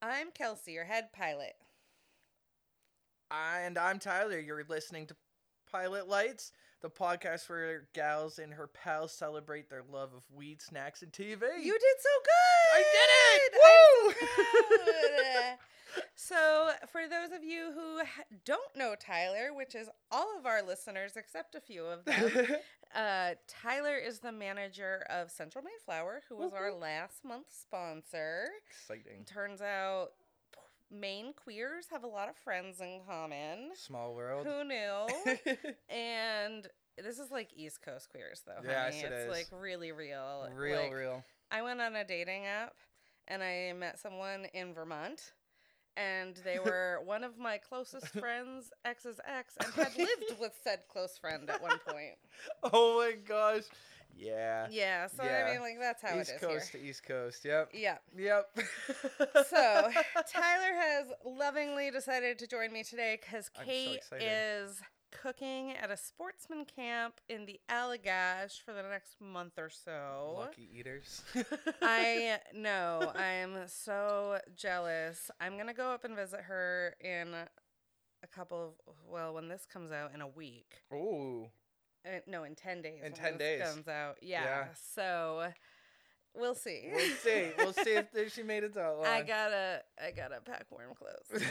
I'm Kelsey, your head pilot. And I'm Tyler. You're listening to Pilot Lights, the podcast where gals and her pals celebrate their love of weed, snacks, and TV. You did so good. I did it! I'm Woo! so proud. so, for those of you who ha- don't know Tyler, which is all of our listeners except a few of them, uh, Tyler is the manager of Central Mayflower, who was our Woohoo. last month's sponsor. Exciting. Turns out, p- Maine queers have a lot of friends in common. Small world. Who knew? and this is like East Coast queers, though. Yes, honey. it it's is. like really real. real, Like, real. I went on a dating app and I met someone in Vermont. And they were one of my closest friends' ex's ex, and had lived with said close friend at one point. Oh my gosh. Yeah. Yeah, so I Uh, Yeah. mean, like that's how East it is Coast to East Coast. Yep. here. Yeah. Yep. So Tyler has lovingly decided to join me today because I'm so Kate excited. is cooking at a sportsman camp in the Allagash for the next month or so. Lucky eaters. I know. I'm so jealous. I'm gonna go up and visit her in a couple of well, when this comes out in a week. Ooh. Uh, no, in ten days. In when this 10 days. comes out. Yeah. Yeah. So we'll see. We'll see. We'll see if th- she made it that long. I gotta, I gotta pack warm clothes.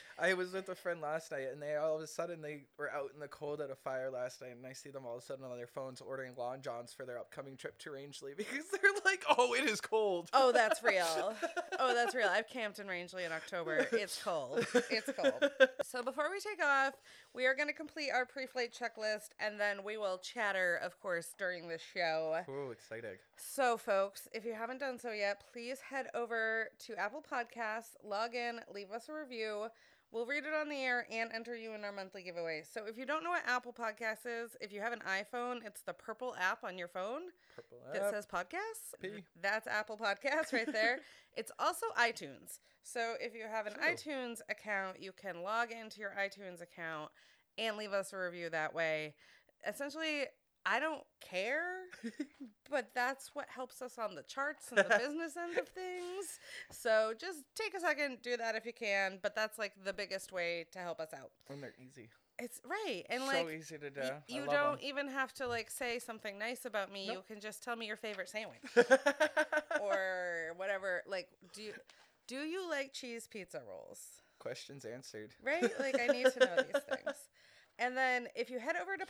I was with a friend last night, and they all of a sudden they were out in the cold at a fire last night, and I see them all of a sudden on their phones ordering long johns for their upcoming trip to Rangeley because they're like, "Oh, it is cold." Oh, that's real. Oh, that's real. I've camped in Rangeley in October. It's cold. It's cold. So before we take off, we are gonna complete our pre-flight checklist, and then we will chatter, of course, during the show. Ooh, exciting! So, folks, if you haven't done so yet, please head over to Apple Podcasts, log in, leave us a review. We'll read it on the air and enter you in our monthly giveaway. So, if you don't know what Apple Podcasts is, if you have an iPhone, it's the purple app on your phone Purple that up. says podcasts. Uh, P. That's Apple Podcasts right there. it's also iTunes. So, if you have an True. iTunes account, you can log into your iTunes account and leave us a review that way. Essentially, I don't care but that's what helps us on the charts and the business end of things. So just take a second, do that if you can. But that's like the biggest way to help us out. and they're easy. It's right, and so like easy to do. y- you I don't love even have to like say something nice about me. You can just tell me your favorite sandwich 'em. e or whatever. Like, do you, do you like cheese pizza rolls? Questions answered. right? Like I need to know these things. And then if you head over to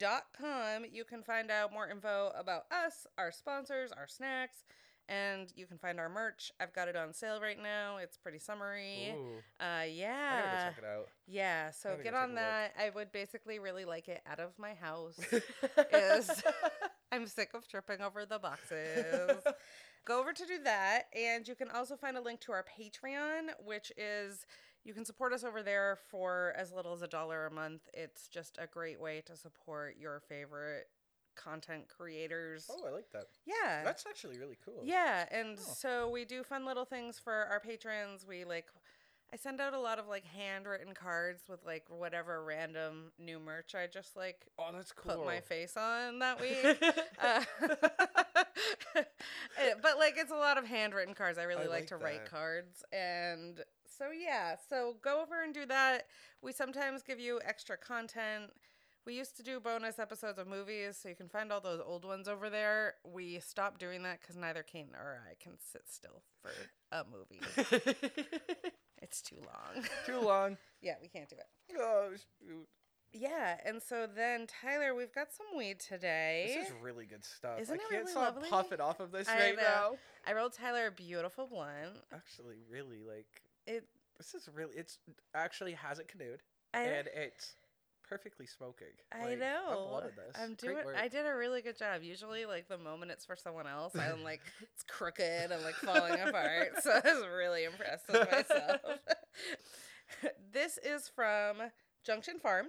pilotlights.com, you can find out more info about us, our sponsors, our snacks, and you can find our merch. I've got it on sale right now. It's pretty summery. Ooh, Uh I gotta go yeah. check it out. Yeah, so gotta go get take a on look. that. I would basically really like it out of my house. Ah. is I'm sick of tripping over the boxes. Go over to do that. And you can also find a link to our Patreon, which is you can support us over there for as little as a dollar a month. It's just a great way to support your favorite content creators. Oh, I like that. yeah. That's actually really cool. Yeah, and Oh. so we do fun little things for our patrons. We like I send out a lot of like handwritten cards with like whatever random new merch I just like Oh, that's cool. put my face on that week. uh, eh, but like it's a lot of handwritten cards. I really I like, like to write that. cards and so yeah, so go over and do that. We sometimes give you extra content. We used to do bonus episodes of movies, so you can find all those old ones over there. We stopped doing that because neither Kate or I can sit still for a movie. it's too long. Too long. yeah, we can't do it. Oh, shoot. Yeah, and so then Tyler, we've got some weed today. This is really good stuff. Eh? Isn't I it can't really stop lovely? puffing off of this I right know. now. I rolled Tyler a beautiful blunt. Actually, really like It, this is really. It's actually hasn't canoed I, and it's perfectly smoking. I Like, know. I wanted this. I'm Great doing. work. I did a really good job. Usually, like the moment it's for someone else, I'm like it's crooked and like falling apart. So I was really impressed with myself. this is from Junction Farm.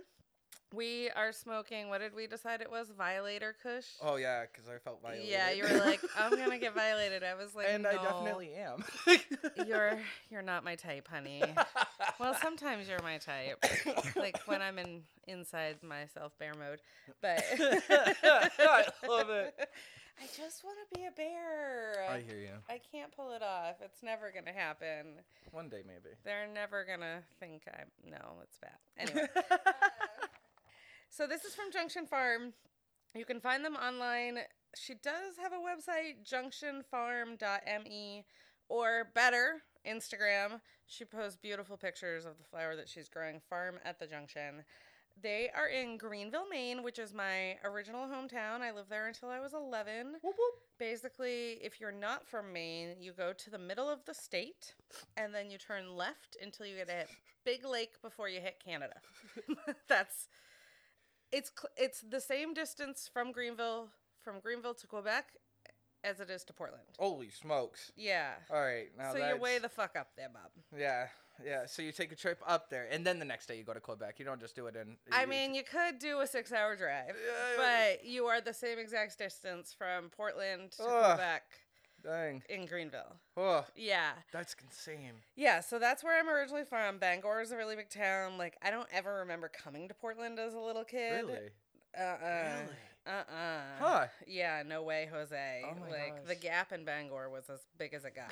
We are smoking. What did we decide it was? Violator Kush. Oh yeah, because I felt violated. Yeah, you were like, I'm gonna get violated. I was like, and I "No." definitely am. you're you're not my type, honey. Well, sometimes you're my type, like when I'm in inside myself bear mode. But I love it. I just want to be a bear. I hear you. I can't pull it off. It's never gonna happen. One day maybe. They're never gonna think I'm. No, it's bad. Anyway, so this is from Junction Farm. You can find them online. She does have a website, junctionfarm.me, or better, Instagram. She posts beautiful pictures of the flower that she's growing, Farm at the Junction. They are in Greenville, Maine, which is my original hometown. I lived there until I was 11 Whoop, whoop. basically if you're not from maine you go to the middle of the state and then you turn left until you get to hit big lake before you hit canada that's it's cl- it's the same distance from greenville from greenville to quebec as it is to portland Holy smokes. yeah All right. Now so you that's, weigh the fuck up there bob Yeah. Yeah. So you take a trip up there and then the next day you go to Quebec. You don't just do it in i mean you could do a six hour drive Yeah. but you are the same exact distance from portland to Ugh. quebec dang. in greenville Oh, yeah that's insane. Yeah, so that's where I'm originally from. Bangor is a really big town. Like, I don't ever remember coming to Portland as a little kid. Really? Uh uh-uh. Really? uh. Uh Huh. Yeah, no way, Jose. Oh my like, the gosh. gap in Bangor was as big as it got.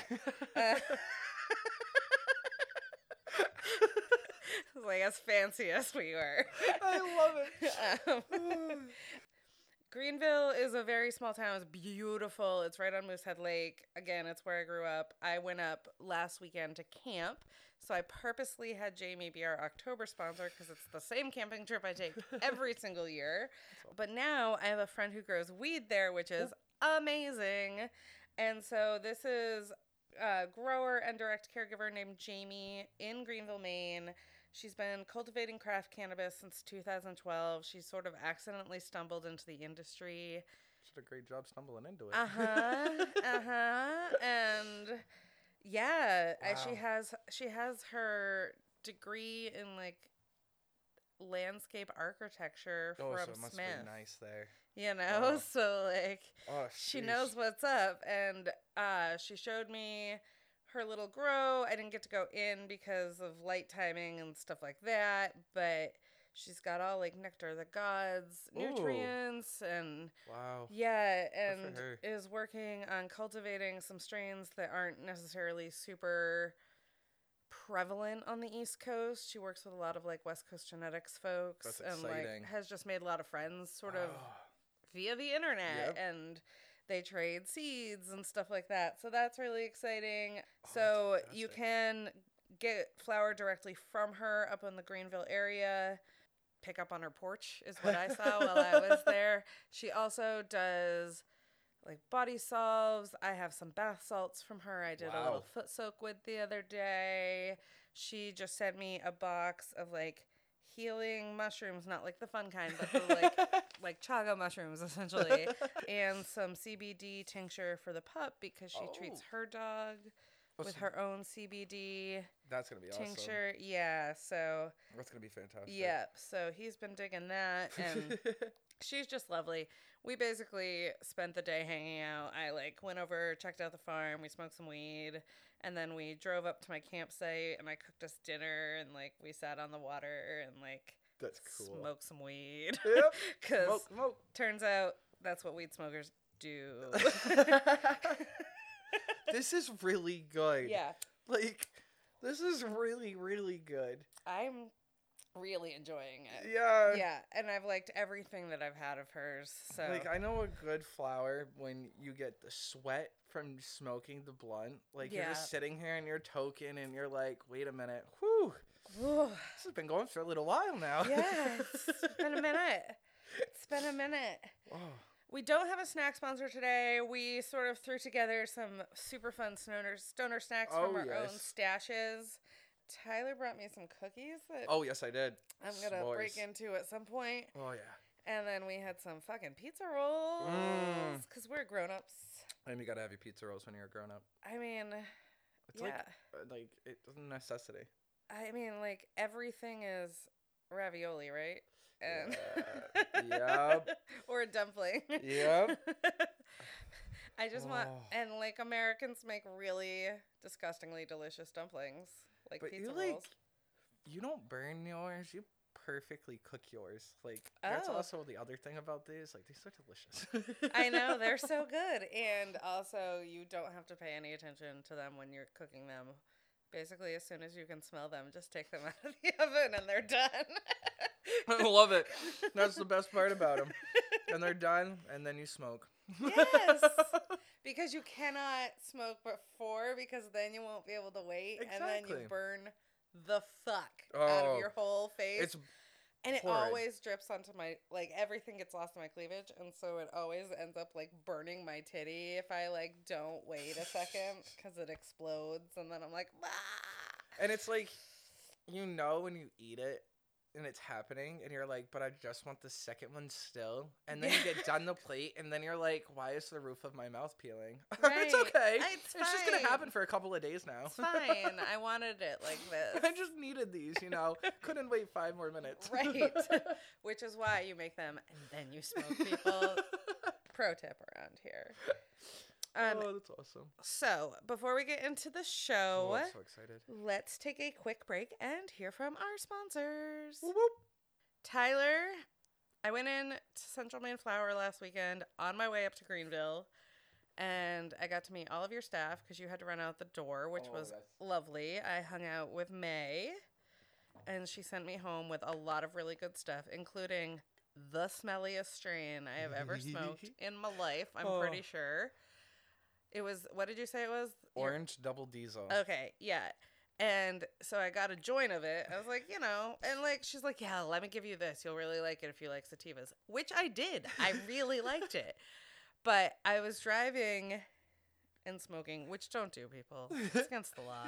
Uh, like, as fancy as we were. I love it. um, Greenville is a very small town. It's beautiful. It's right on Moosehead Lake. Again, it's where I grew up. I went up last weekend to camp. So I purposely had Jamie be our October sponsor because it's the same camping trip I take every single year. But now I have a friend who grows weed there, which is amazing. And so this is a grower and direct caregiver named Jamie in Greenville, Maine. She's been cultivating craft cannabis since 2012. She sort of accidentally stumbled into the industry. Did a great job stumbling into it. Uh huh. uh huh. And yeah, and she Wow. has she has her degree in like landscape architecture Oh, so from it must Smith. be nice there. You know, Wow. so like Oh, she sheesh. knows what's up and uh, she showed me her little grow i didn't get to go in because of light timing and stuff like that but she's got all like nectar of the gods Ooh. nutrients and Wow. yeah for and her. is working on cultivating some strains that aren't necessarily super prevalent on the east coast she works with a lot of like west coast genetics folks That's and exciting. like has just made a lot of friends sort of Wow. via the internet Yep. and they trade seeds and stuff like that. So that's really exciting. Oh, that's so you fantastic. can get flour directly from her up in the Greenville area. Pick up on her porch is what I saw while I was there. She also does like body salves. I have some bath salts from her. I did a Wow. little foot soak with the other day. She just sent me a box of like healing mushrooms, not like the fun kind, but the like like chaga mushrooms essentially and some CBD tincture for the pup because she treats Oh. her dog Oh, with so her own CBD That's gonna be awesome. tincture. Yeah, so That's gonna be fantastic. yeah, so he's been digging that and she's just lovely. We basically spent the day hanging out. I like went over, checked out the farm, we smoked some weed, and then we drove up to my campsite and I cooked us dinner and like we sat on the water and like That's cool. smoked some weed. Yep. 'Cause Smoke, smoke. Turns out that's what weed smokers do. this is really good. yeah, Like, this is really, really good. I'm really enjoying it. Yeah. Yeah, and I've liked everything that I've had of hers. So Like I know a good flower when you get the sweat from smoking the blunt. Like you're Yeah. just sitting here in your token and you're like, wait a minute, whew, this has been going for a little while now. yeah, it's been a minute. It's been a minute. oh, We don't have a snack sponsor today. We sort of threw together some super fun stoner, stoner snacks from Oh, our own yes. stashes. Tyler brought me some cookies that oh yes, I did. I'm gonna break s'mores. into at some point. Oh yeah, And then we had some fucking pizza rolls Mm. because we're grown ups. and you gotta have your pizza rolls when you're a grown up. I mean, It's yeah. like uh, like it's a necessity. I mean, like everything is ravioli, right? And Yeah. Yep. or a dumpling. Yep. I just want Oh. and like Americans make really disgustingly delicious dumplings, like But pizza you like, rolls. you don't burn yours. You perfectly cook yours. Like that's Oh. also the other thing about these. Like these are delicious. I know they're so good, and also you don't have to pay any attention to them when you're cooking them. Basically, as soon as you can smell them, just take them out of the oven and they're done. I love it. That's the best part about them. And they're done, and then you smoke. Yes. because you cannot smoke before, because then you won't be able to wait, and then Exactly. you burn the fuck out Oh, of your whole face. it's And it horrid. always drips onto my like everything gets lost in my cleavage, and so it always ends up like burning my titty if I like don't wait a second because it explodes, and then I'm like, "Ah." and it's like you know when you eat it and it's happening, and you're like, but I just want the second one still. And then you get done the plate, and then you're like, why is the roof of my mouth peeling? it's Right. okay. It's just gonna fine. happen for a couple of days now. it's fine. I wanted it like this. I just needed these, you know. Couldn't wait five more minutes. Right. Which is why you make them and then you smoke people. Pro tip around here. Um, oh, that's awesome. so before we get into the Oh, show, I'm so excited. let's take a quick break and hear from our sponsors. Whoop, whoop. Tyler, I went in to Central Maine Flower last weekend on my way up to Greenville, and I got to meet all of your staff because you had to run out the door, which Oh, was that's- lovely. I hung out with May, and she sent me home with a lot of really good stuff, including the smelliest strain I have ever smoked in my life. I'm Oh. pretty sure. It was what did you say it was? Your- Orange double diesel. Okay, yeah. And so I got a joint of it. I was like, you know, and like she's like, yeah, let me give you this. You'll really like it if you like sativas, which I did. I really liked it. But I was driving and smoking, which don't do people. It's against the law.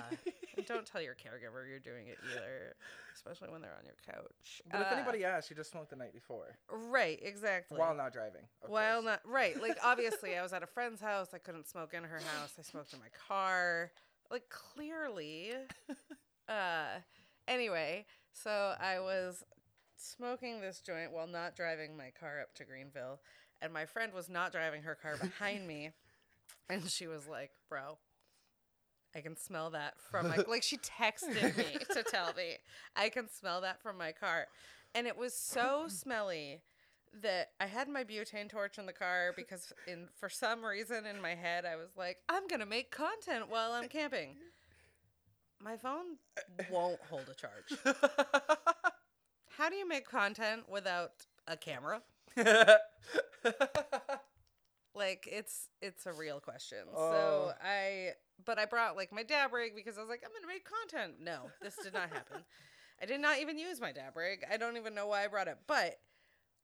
And don't tell your caregiver you're doing it either, especially when they're on your couch. But if Uh, anybody asks, you just smoked the night before right, exactly. while not driving. of Well, course. not right. Like obviously, I was at a friend's house. I couldn't smoke in her house. I smoked in my car. Like clearly. Uh, anyway, so I was smoking this joint while not driving my car up to Greenville, and my friend was not driving her car behind me, and she was like, "Bro." I can smell that from my like she texted me to tell me I can smell that from my car. And it was so smelly that I had my butane torch in the car because in for some reason in my head I was like, I'm gonna make content while I'm camping. My phone won't hold a charge. How do you make content without a camera? Like it's it's a real question. So Oh. I but I brought like my dab rig because I was like, I'm gonna make content. No, this did not happen. I did not even use my dab rig. I don't even know why I brought it, but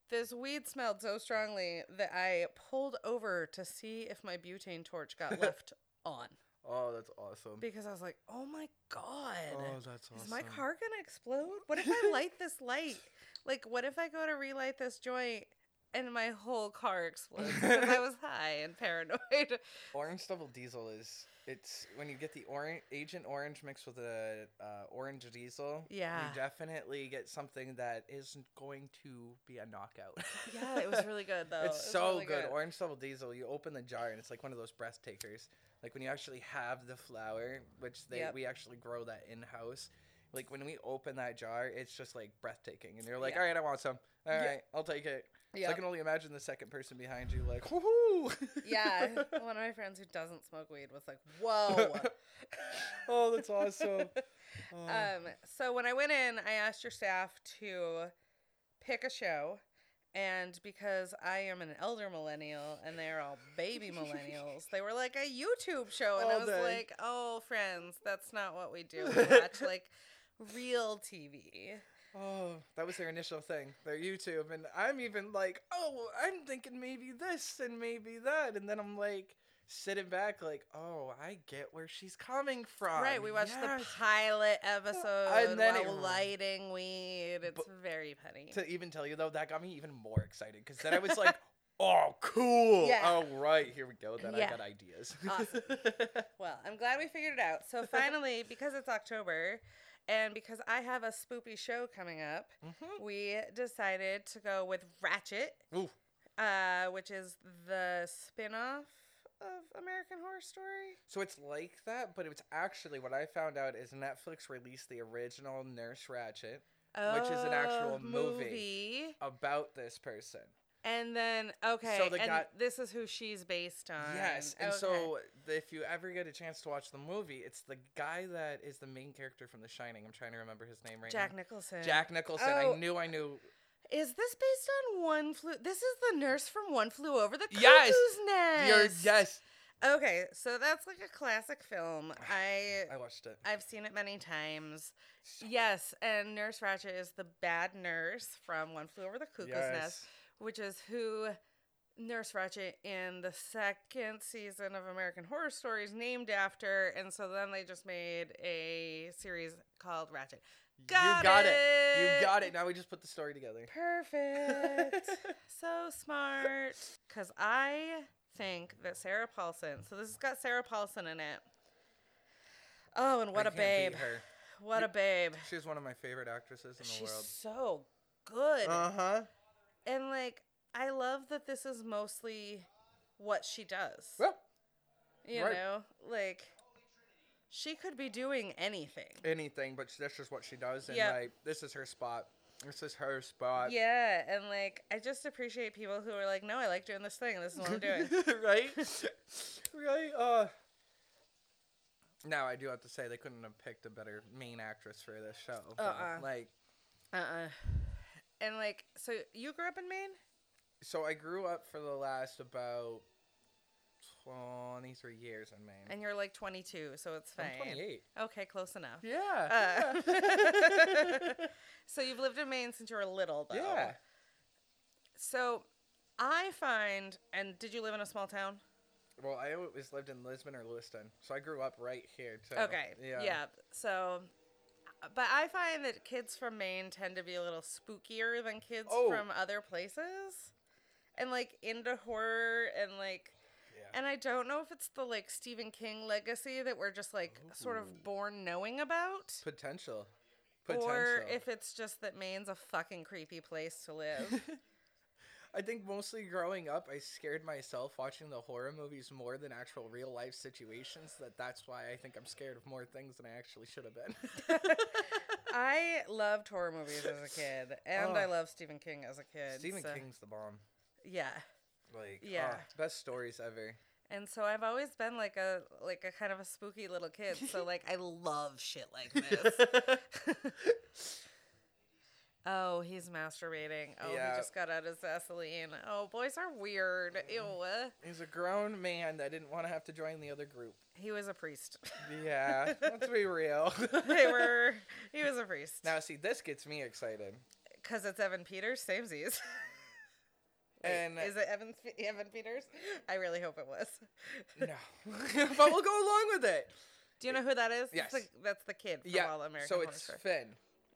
this weed smelled so strongly that I pulled over to see if my butane torch got left on oh, that's awesome. because I was like, oh my god. Oh, that's awesome. Is my car gonna explode? What if I light this light? Like, what if I go to relight this joint and my whole car explodes? Because I was high and paranoid. Orange double diesel is it's when you get the orange agent orange mixed with a uh, orange diesel. Yeah. You definitely get something that is going to be a knockout. Yeah, it was really good though. it's It was so really good. Orange double diesel. You open the jar and it's like one of those breath takers. Like when you actually have the flower, which they Yep. we actually grow that in house. Like when we open that jar, it's just like breathtaking, and you're like, Yeah. "All right, I want some. All Yeah. right, I'll take it." So I Yep. can only imagine the second person behind you, like, "Woohoo!" yeah, one of my friends who doesn't smoke weed was like, "Whoa." oh, that's awesome. Oh. um, so when I went in, I asked your staff to pick a show, and because I am an elder millennial and they're all baby millennials, they were like a YouTube show, and I All was day. like, "Oh, friends, that's not what we do. We watch like real TV." oh, that was their initial thing, their YouTube, and I'm even like, "Oh, I'm thinking maybe this and maybe that," and then I'm like sitting back, like, "Oh, I get where she's coming from." Right, we watched the Oh, Yes. pilot episode then while it- lighting weed. It's very petty. to even tell you though, that got me even more excited because then I was like, "Oh, cool! Yeah. All right, here we go. Then Yeah. I got ideas." Awesome. Well, I'm glad we figured it out. So finally, because it's October, and because I have a spoopy show coming up, Mhm. we decided to go with Ratchet, Ooh. uh, which is the spin-off of American Horror Story. So it's like that, but it's actually what I found out is Netflix released the original Nurse Ratchet. Which is an actual Oh, movie. about this person. And then okay, So they and got- this is who she's based on. Yes, and Um, Okay. so if you ever get a chance to watch the movie, it's the guy that is the main character from The Shining. I'm trying to remember his name right Jack now. Nicholson. Jack Nicholson. Oh. I knew I knew. Is this based on One Flew? This is the nurse from One Flew Over the Cuckoo's Yes! Nest. You're, yes, Okay, so that's like a classic film. I I watched it. I've seen it many times. So- Yes, and Nurse Ratchet is the bad nurse from One Flew Over the Cuckoo's Nest, yes. which is who Nurse Ratchet in the second season of American Horror Story is named after, and so then they just made a series called Ratchet. you got it. You got it. Now we just put the story together. Perfect. so smart. Because I think that Sarah Paulson, so this has got Sarah Paulson in it. Oh, and what I a can't babe. Beat her. What a babe. She's one of my favorite actresses in the She's world. so good. Uh huh. and like, I love that this is mostly what she does. Well, you right. know, like, she could be doing anything. anything, but that's just what she does, and Yeah. like this is her spot. This is her spot. Yeah, and like I just appreciate people who are like, no, I like doing this thing. This is what I'm doing. right? right? Uh Now I do have to say they couldn't have picked a better main actress for this show. but, Uh-uh. Like Uh-uh. And like, so you grew up in Maine? so I grew up for the last about 23 years in Maine. And you're like 22, so it's fine. I'm 28. Okay, close enough. Yeah. Uh, yeah. So you've lived in Maine since you were little, though. Yeah. So I find, and did you live in a small town? Well, I always lived in Lisbon or Lewiston, so I grew up right here too. okay. So, but I find that kids from Maine tend to be a little spookier than kids Oh. from other places. And like into horror and like Yeah. And I don't know if it's the like Stephen King legacy that we're just like sort Ooh. of born knowing about, Potential. Potential. or if it's just that Maine's a fucking creepy place to live. I think mostly growing up, I scared myself watching the horror movies more than actual real life situations. That that's why I think I'm scared of more things than I actually should have been. I loved horror movies as a kid, and I Oh. loved Stephen King as a kid. Stephen so- King's the bomb. yeah. Like, yeah, Yeah. best stories ever. And so I've always been like a like a kind of a spooky little kid. So like I love shit like this. oh, he's masturbating. Oh, Yeah. he just got out his Vaseline. Oh, boys are weird. Ew. He's a grown man that didn't want to have to join the other group. He was a priest. Yeah, let's be real. they were. He was a priest. Now, see, this gets me excited. Because it's Evan Peters, samesies. Wait, And- is it Evan Evan Peters? I really hope it was. No, but we'll go along with it. Do you know who that is? Yes. that's the, that's the kid from Yeah. All American so Horror it's Story. Finn.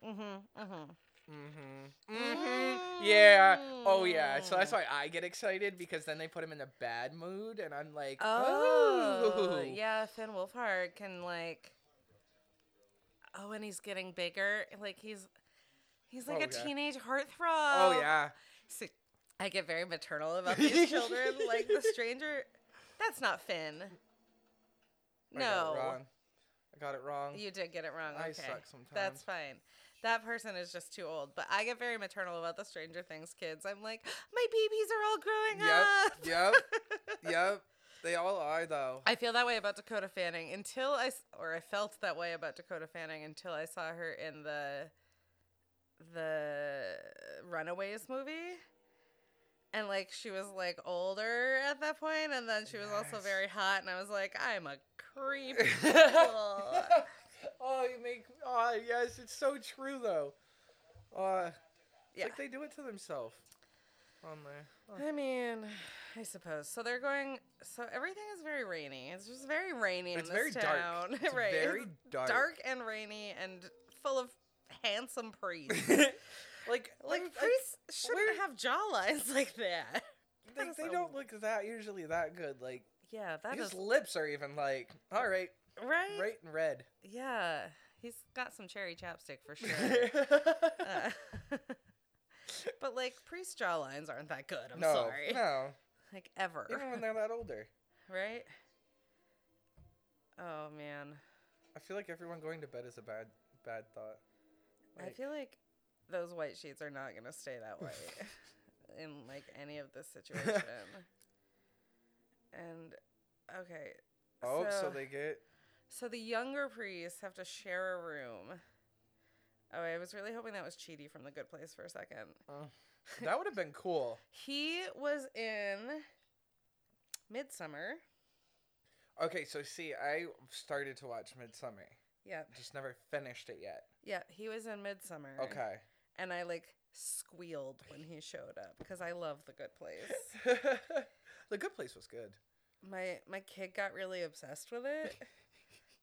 Mm-hmm. Mm-hmm. Mm-hmm. Mm-hmm. Yeah. Oh, yeah. So Mm. that's why I get excited because then they put him in a bad mood, and I'm like, Oh, oh, yeah. Finn Wolfhard can like. Oh, and he's getting bigger. Like he's, he's like Oh, a yeah. teenage heartthrob. Oh, yeah. So- I get very maternal about these children. Like the stranger, that's not Finn. I got it No, wrong. I got it wrong. you did get it wrong. I okay. suck That's sometimes. fine. That person is just too old. But I get very maternal about the Stranger Things kids. I'm like, my babies are all growing up. yep. Yep. yep. They all are though. I feel that way about Dakota Fanning until I, s- or I felt that way about Dakota Fanning until I saw her in the, the Runaways movie, and like she was like older at that point, and then she was also Yes. very hot, and I was like, I'm a creep. Ugh. oh, you make. Oh, yes. It's so true though. Uh, it's yeah. like they do it to themselves. On there. Oh. I mean, I suppose. So they're going. So everything is very rainy. It's just very rainy It's in this very town. dark. It's right. very dark. dark and rainy and full of handsome priests. like, Like I'm- I- priests shouldn't where- have jawlines like that. They, That is they a- don't look that usually that good. Like Yeah, that his is lips are even like all right, right? right and red. Yeah, he's got some cherry chapstick for sure. Uh, but like priest jawlines aren't that good. I'm no, sorry, no. like ever, Even when they're that older, right? Oh man, I feel like everyone going to bed is a bad bad thought. I Like, feel like those white sheets are not going to stay that way in like any of this situation. and okay. Oh, so, they get so the younger priests have to share a room. Oh, I was really hoping that was Cheaty from The Good Place for a second. that would have been cool. He was in Midsummer. Okay, so see, I started to watch Midsummer, Yep. just never finished it yet. Yeah, he was in Midsummer. Okay. And I like squealed when he showed up because I love The Good Place. the Good Place was good. my my kid got really obsessed with it.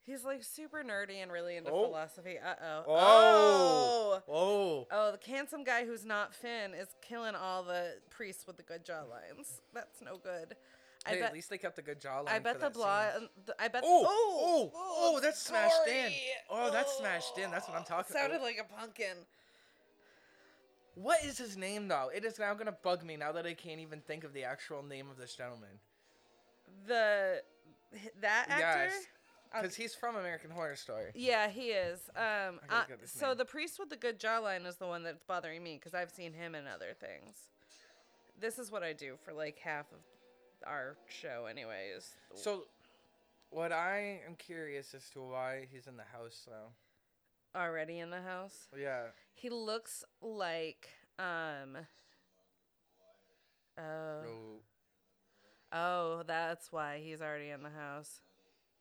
He's like super nerdy and really into Oh. philosophy. Uh oh. Oh. Oh, Oh, the handsome guy who's not Finn is killing all the priests with the good jaw lines. That's no good. I hey, at bet. least they kept a good jawline. I for bet the that scene. blonde. the- I bet. Oh, oh, oh, that's smashed in. sorry. Oh, that's smashed in. That's what I'm Oh, talking about. Sounded like a pumpkin. What is his name though? It is now gonna bug me now that I can't even think of the actual name of this gentleman. The that actor. Um, Yes, I'll- because he's from American Horror Story. Yeah, he is. Um, gotta uh, get this so name. the priest with the good jawline is the one that's bothering me because I've seen him in other things. This is what I do for like half of our show, anyways. So, what I am curious as to why he's in the house though. Already in the house, Yeah, he looks like um. Oh, Oh. oh, that's why he's already in the house.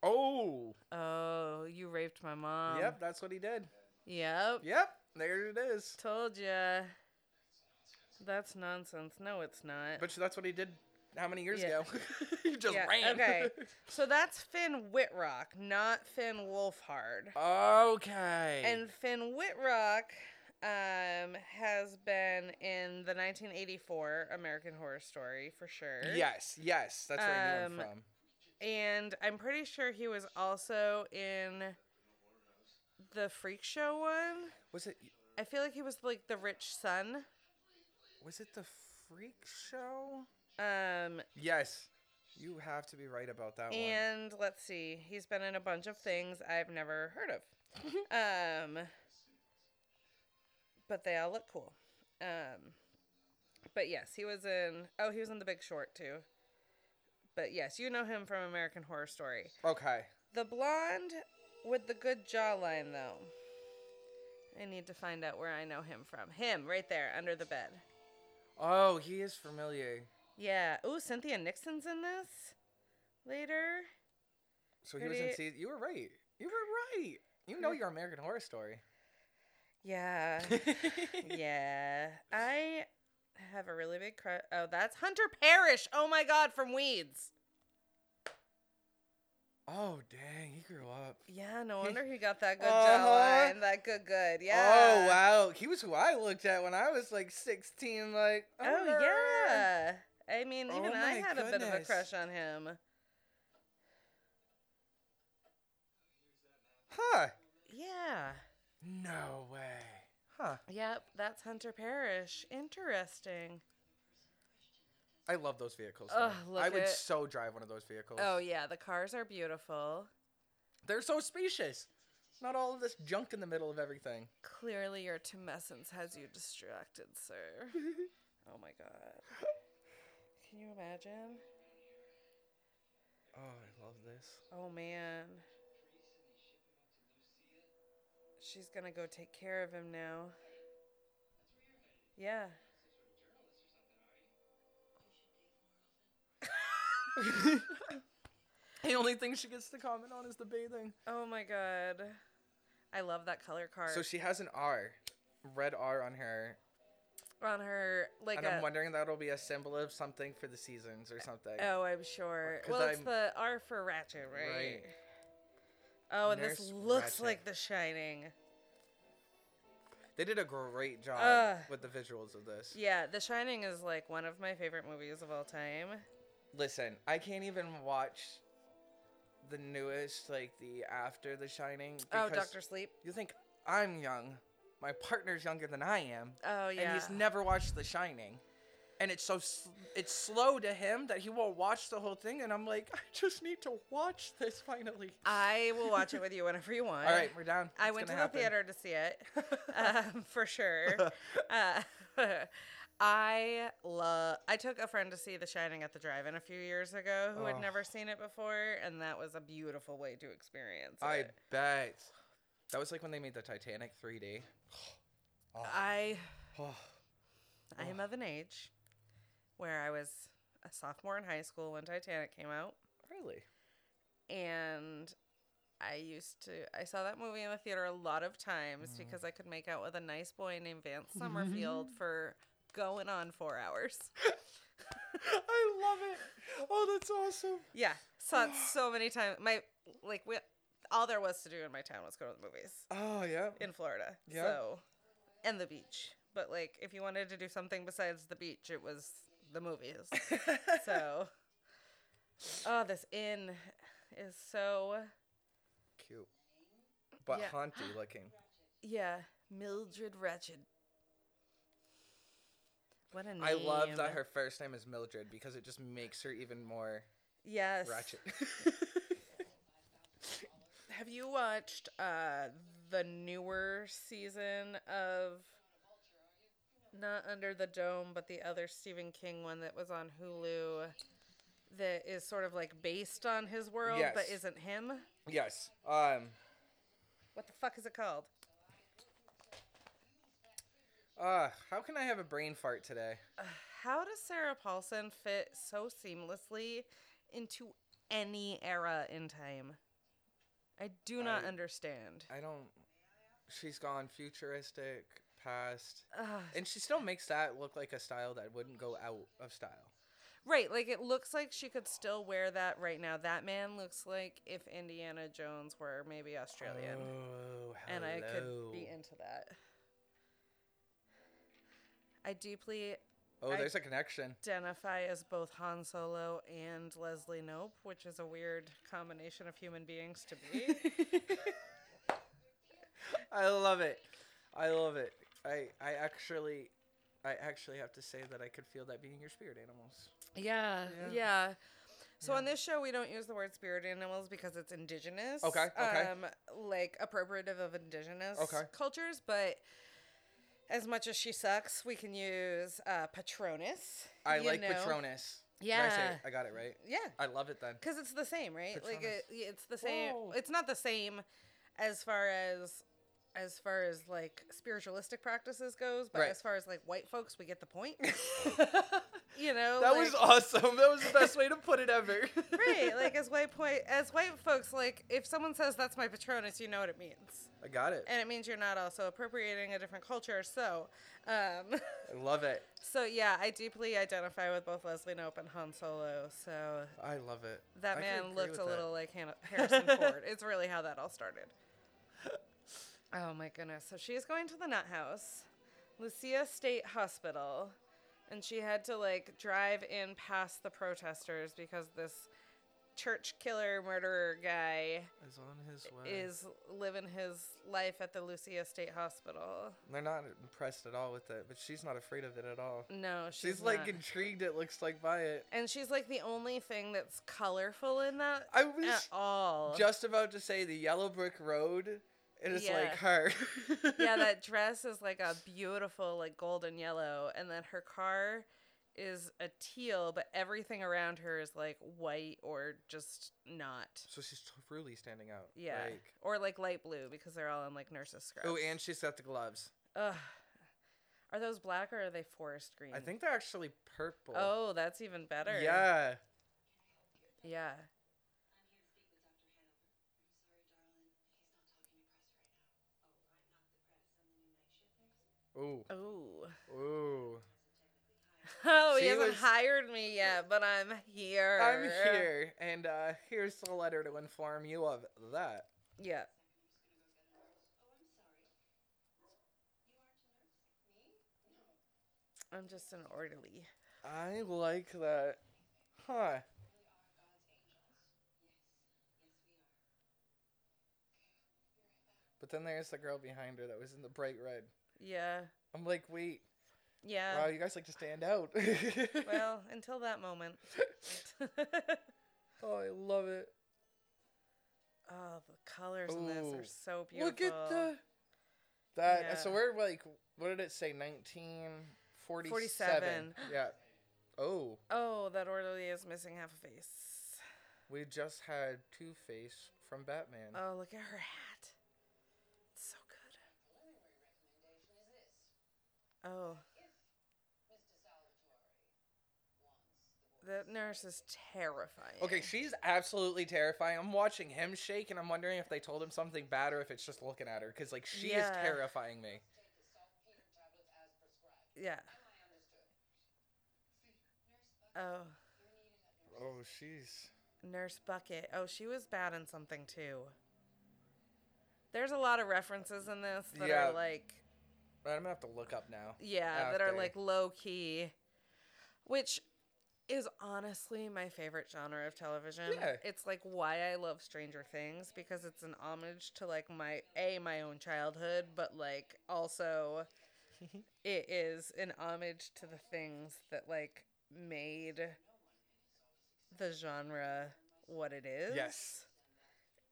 Oh. Oh, you raped my mom. yep, that's what he did. Yep. Yep, there it is. Told ya. That's nonsense. No, it's not. But that's what he did. How many years Yeah. ago? he just Yeah, ran. okay. So that's Finn Whitrock, not Finn Wolfhard. okay. And Finn Whitrock um, has been in the 1984 American Horror Story for sure. yes, yes, that's where I knew him Um, from. And I'm pretty sure he was also in the Freak Show one. Was it? I feel like he was like the rich son. Was it the Freak Show? Um, Yes, you have to be right about that one. and let's see, he's been in a bunch of things I've never heard of. um, but they all look cool. Um, but yes, he was in. Oh, he was in The Big Short too. But yes, you know him from American Horror Story. Okay. The blonde with the good jawline, though. I need to find out where I know him from. Him, right there, under the bed. Oh, he is familiar. Yeah. Ooh, Cynthia Nixon's in this later. So he was in Pretty- season. You were right. You were right. You know Pretty- your American Horror Story. Yeah. yeah. I have a really big crush. Oh, that's Hunter Parrish. Oh my God, from Weeds. oh dang, he grew up. Yeah, no wonder he got that good Uh-huh. jawline. That good, good. Yeah. Oh wow, he was who I looked at when I was like sixteen. Like Oh, no. yeah. I mean, Oh even I my had a bit of a goodness. crush on him. Huh? Yeah. No way. Huh? Yep, that's Hunter Parrish. Interesting. I love those vehicles. Ugh, though. look I would at- so drive one of those vehicles. Oh yeah, the cars are beautiful. they're so spacious. Not all of this junk in the middle of everything. Clearly, your tumescence has you distracted, sir. oh my god. Can you imagine? Oh, I love this. Oh man. She's gonna go take care of him now. Yeah. The only thing she gets to comment on is the bathing. Oh my god. I love that color card So she has an R, red R on her, on her like and a I'm wondering that'll be a symbol of something for the seasons or something. Oh, I'm sure. uh, 'Cause Well, it's I'm- the R for Ratchet, right? Oh, and this Nurse looks Ratched. like The Shining. They did a great job Ugh. with the visuals of this. Yeah, The Shining is like one of my favorite movies of all time. Listen, I can't even watch the newest, like the after The Shining. Oh, because Doctor Sleep. You think I'm young? My partner's younger than I am, Oh yeah. and he's never watched The Shining. and it's so s it's slow to him that he won't watch the whole thing. And I'm like, I just need to watch this finally. I will watch it with you whenever you want. All right, we're down. I It's went to gonna the theater happen. to see it, um, for sure. Uh, I love. I took a friend to see The Shining at the Drive-In a few years ago, who Oh. had never seen it before, and that was a beautiful way to experience I it. bet that was like when they made the Titanic 3D. Oh, I oh. I am of an age where I was a sophomore in high school when Titanic came out, really? and I used to I saw that movie in the theater a lot of times Mhm. because I could make out with a nice boy named Vance Summerfield for going on four hours. I love it. Oh, that's awesome. Yeah, saw it so many times. My like we, all there was to do in my town was go to the movies Oh yeah. in Florida. Yeah. So, and the beach. But like, if you wanted to do something besides the beach, it was the movies. so, oh, this inn is so Cute, but Yeah. haunty looking. yeah, Mildred Ratchet. What a name! I love that her first name is Mildred because it just makes her even more yes. ratchet. Have you watched uh the newer season of not Under the Dome, but the other Stephen King one that was on Hulu that is sort of like based on his world but Yes. isn't him? yes. Um. What the fuck is it called? Uh, how can I have a brain fart today? Ugh, How does Sarah Paulson fit so seamlessly into any era in time? I do not I- understand. I don't. She's gone futuristic, past, Ugh. and she still makes that look like a style that wouldn't go out of style. Right, like it looks like she could still wear that right now. That man looks like if Indiana Jones were maybe Australian. Oh, and I could be hello. into that. I deeply Oh, I- there's a connection. identify as both Han Solo and Leslie Nope, which is a weird combination of human beings to be. I love it. I love it. I I actually, I actually have to say that I could feel that being your spirit animals. yeah, Yeah. yeah. So on this show, we don't use the word spirit animals because it's indigenous. Okay, okay. Um, like appropriative of indigenous Okay. cultures, but as much as she sucks, we can use uh, Patronus. I you like know? Patronus. Did I, say Yeah. it? I got it right. Yeah. I love it then. Because it's the same, right? Like Patronus. it, it's the same. Whoa. It's not the same as far as as far as like spiritualistic practices goes, but Right. as far as like white folks, we get the point. you know, That like- was awesome. That was the best way to put it ever. right. Like as white point as white folks, like if someone says that's my patronus, you know what it means, I got it. and it means you're not also appropriating a different culture. So, um, I love it. so yeah, I deeply identify with both Leslie Nope and Han Solo. So I love it. I that can man agree looked with a that. little like Hannah, Harrison Ford. It's really how that all started. Oh my goodness. So she's going to the Nut House, Lucia State Hospital, and she had to like drive in past the protesters because this church killer murderer guy Is on his way. is living his life at the Lucia State Hospital. They're not impressed at all with it, but she's not afraid of it at all. No, She's, she's, like not. intrigued. It looks like by it. and she's like the only thing that's colorful in that I was at all. just about to say the yellow brick road, and it's Yeah. like her. yeah, that dress is like a beautiful like golden yellow, and then her car is a teal, but everything around her is like white or just not. So she's truly standing out. Yeah, Like, or like light blue because they're all in like nurses scrubs. oh, and she's got the gloves. Ugh. are those black or are they forest green? I think they're actually purple. Mm. Oh, that's even better. Yeah. yeah. Ooh. Oh, Ooh. oh, She he hasn't was- hired me yet, but I'm here. I'm here, and uh, here's the letter to inform you of that. Yeah. I'm just an orderly. I like that. Huh. But then there's the girl behind her that was in the bright red. Yeah. I'm like, wait, Yeah. wow, you guys like to stand out. well, until that moment. oh, I love it. oh, the colors in this Ooh. are so beautiful. Look at the that. Yeah. So we're like, what did it say? Nineteen forty-seven. 47. Yeah. Oh, Oh, that orderly is missing half a face. we just had Two Face from Batman. Oh, look at her hat. It's so good. Oh, the nurse is terrifying. Okay, she's absolutely terrifying. I'm watching him shake, and I'm wondering if they told him something bad or if it's just looking at her, because like she is Yeah. terrifying me. Yeah. Oh, Oh, she's. Nurse Bucket. Oh, she was bad in something too. There's a lot of references in this that Yeah. are like, I'm gonna have to look up now. yeah, that are Okay. like low key, which is honestly my favorite genre of television. Yeah. It's like why I love Stranger Things because it's an homage to like my a my own childhood, but like also it is an homage to the things that like made the genre what it is. Yes.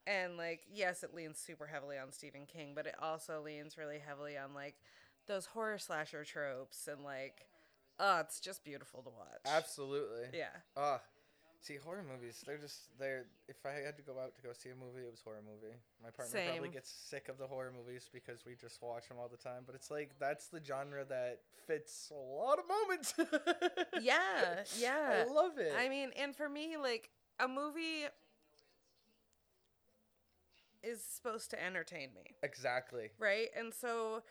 And like yes, it leans super heavily on Stephen King, but it also leans really heavily on like those horror slasher tropes and like oh, it's just beautiful to watch. Absolutely. Yeah. Ah, see horror movies. They're just they're. If I had to go out to go see a movie, it was horror movie. My partner probably Same. gets sick of the horror movies because we just watch them all the time. But it's like that's the genre that fits a lot of moments. Yeah, yeah. I love it. I mean, and for me, like a movie is supposed to entertain me, exactly. right? And so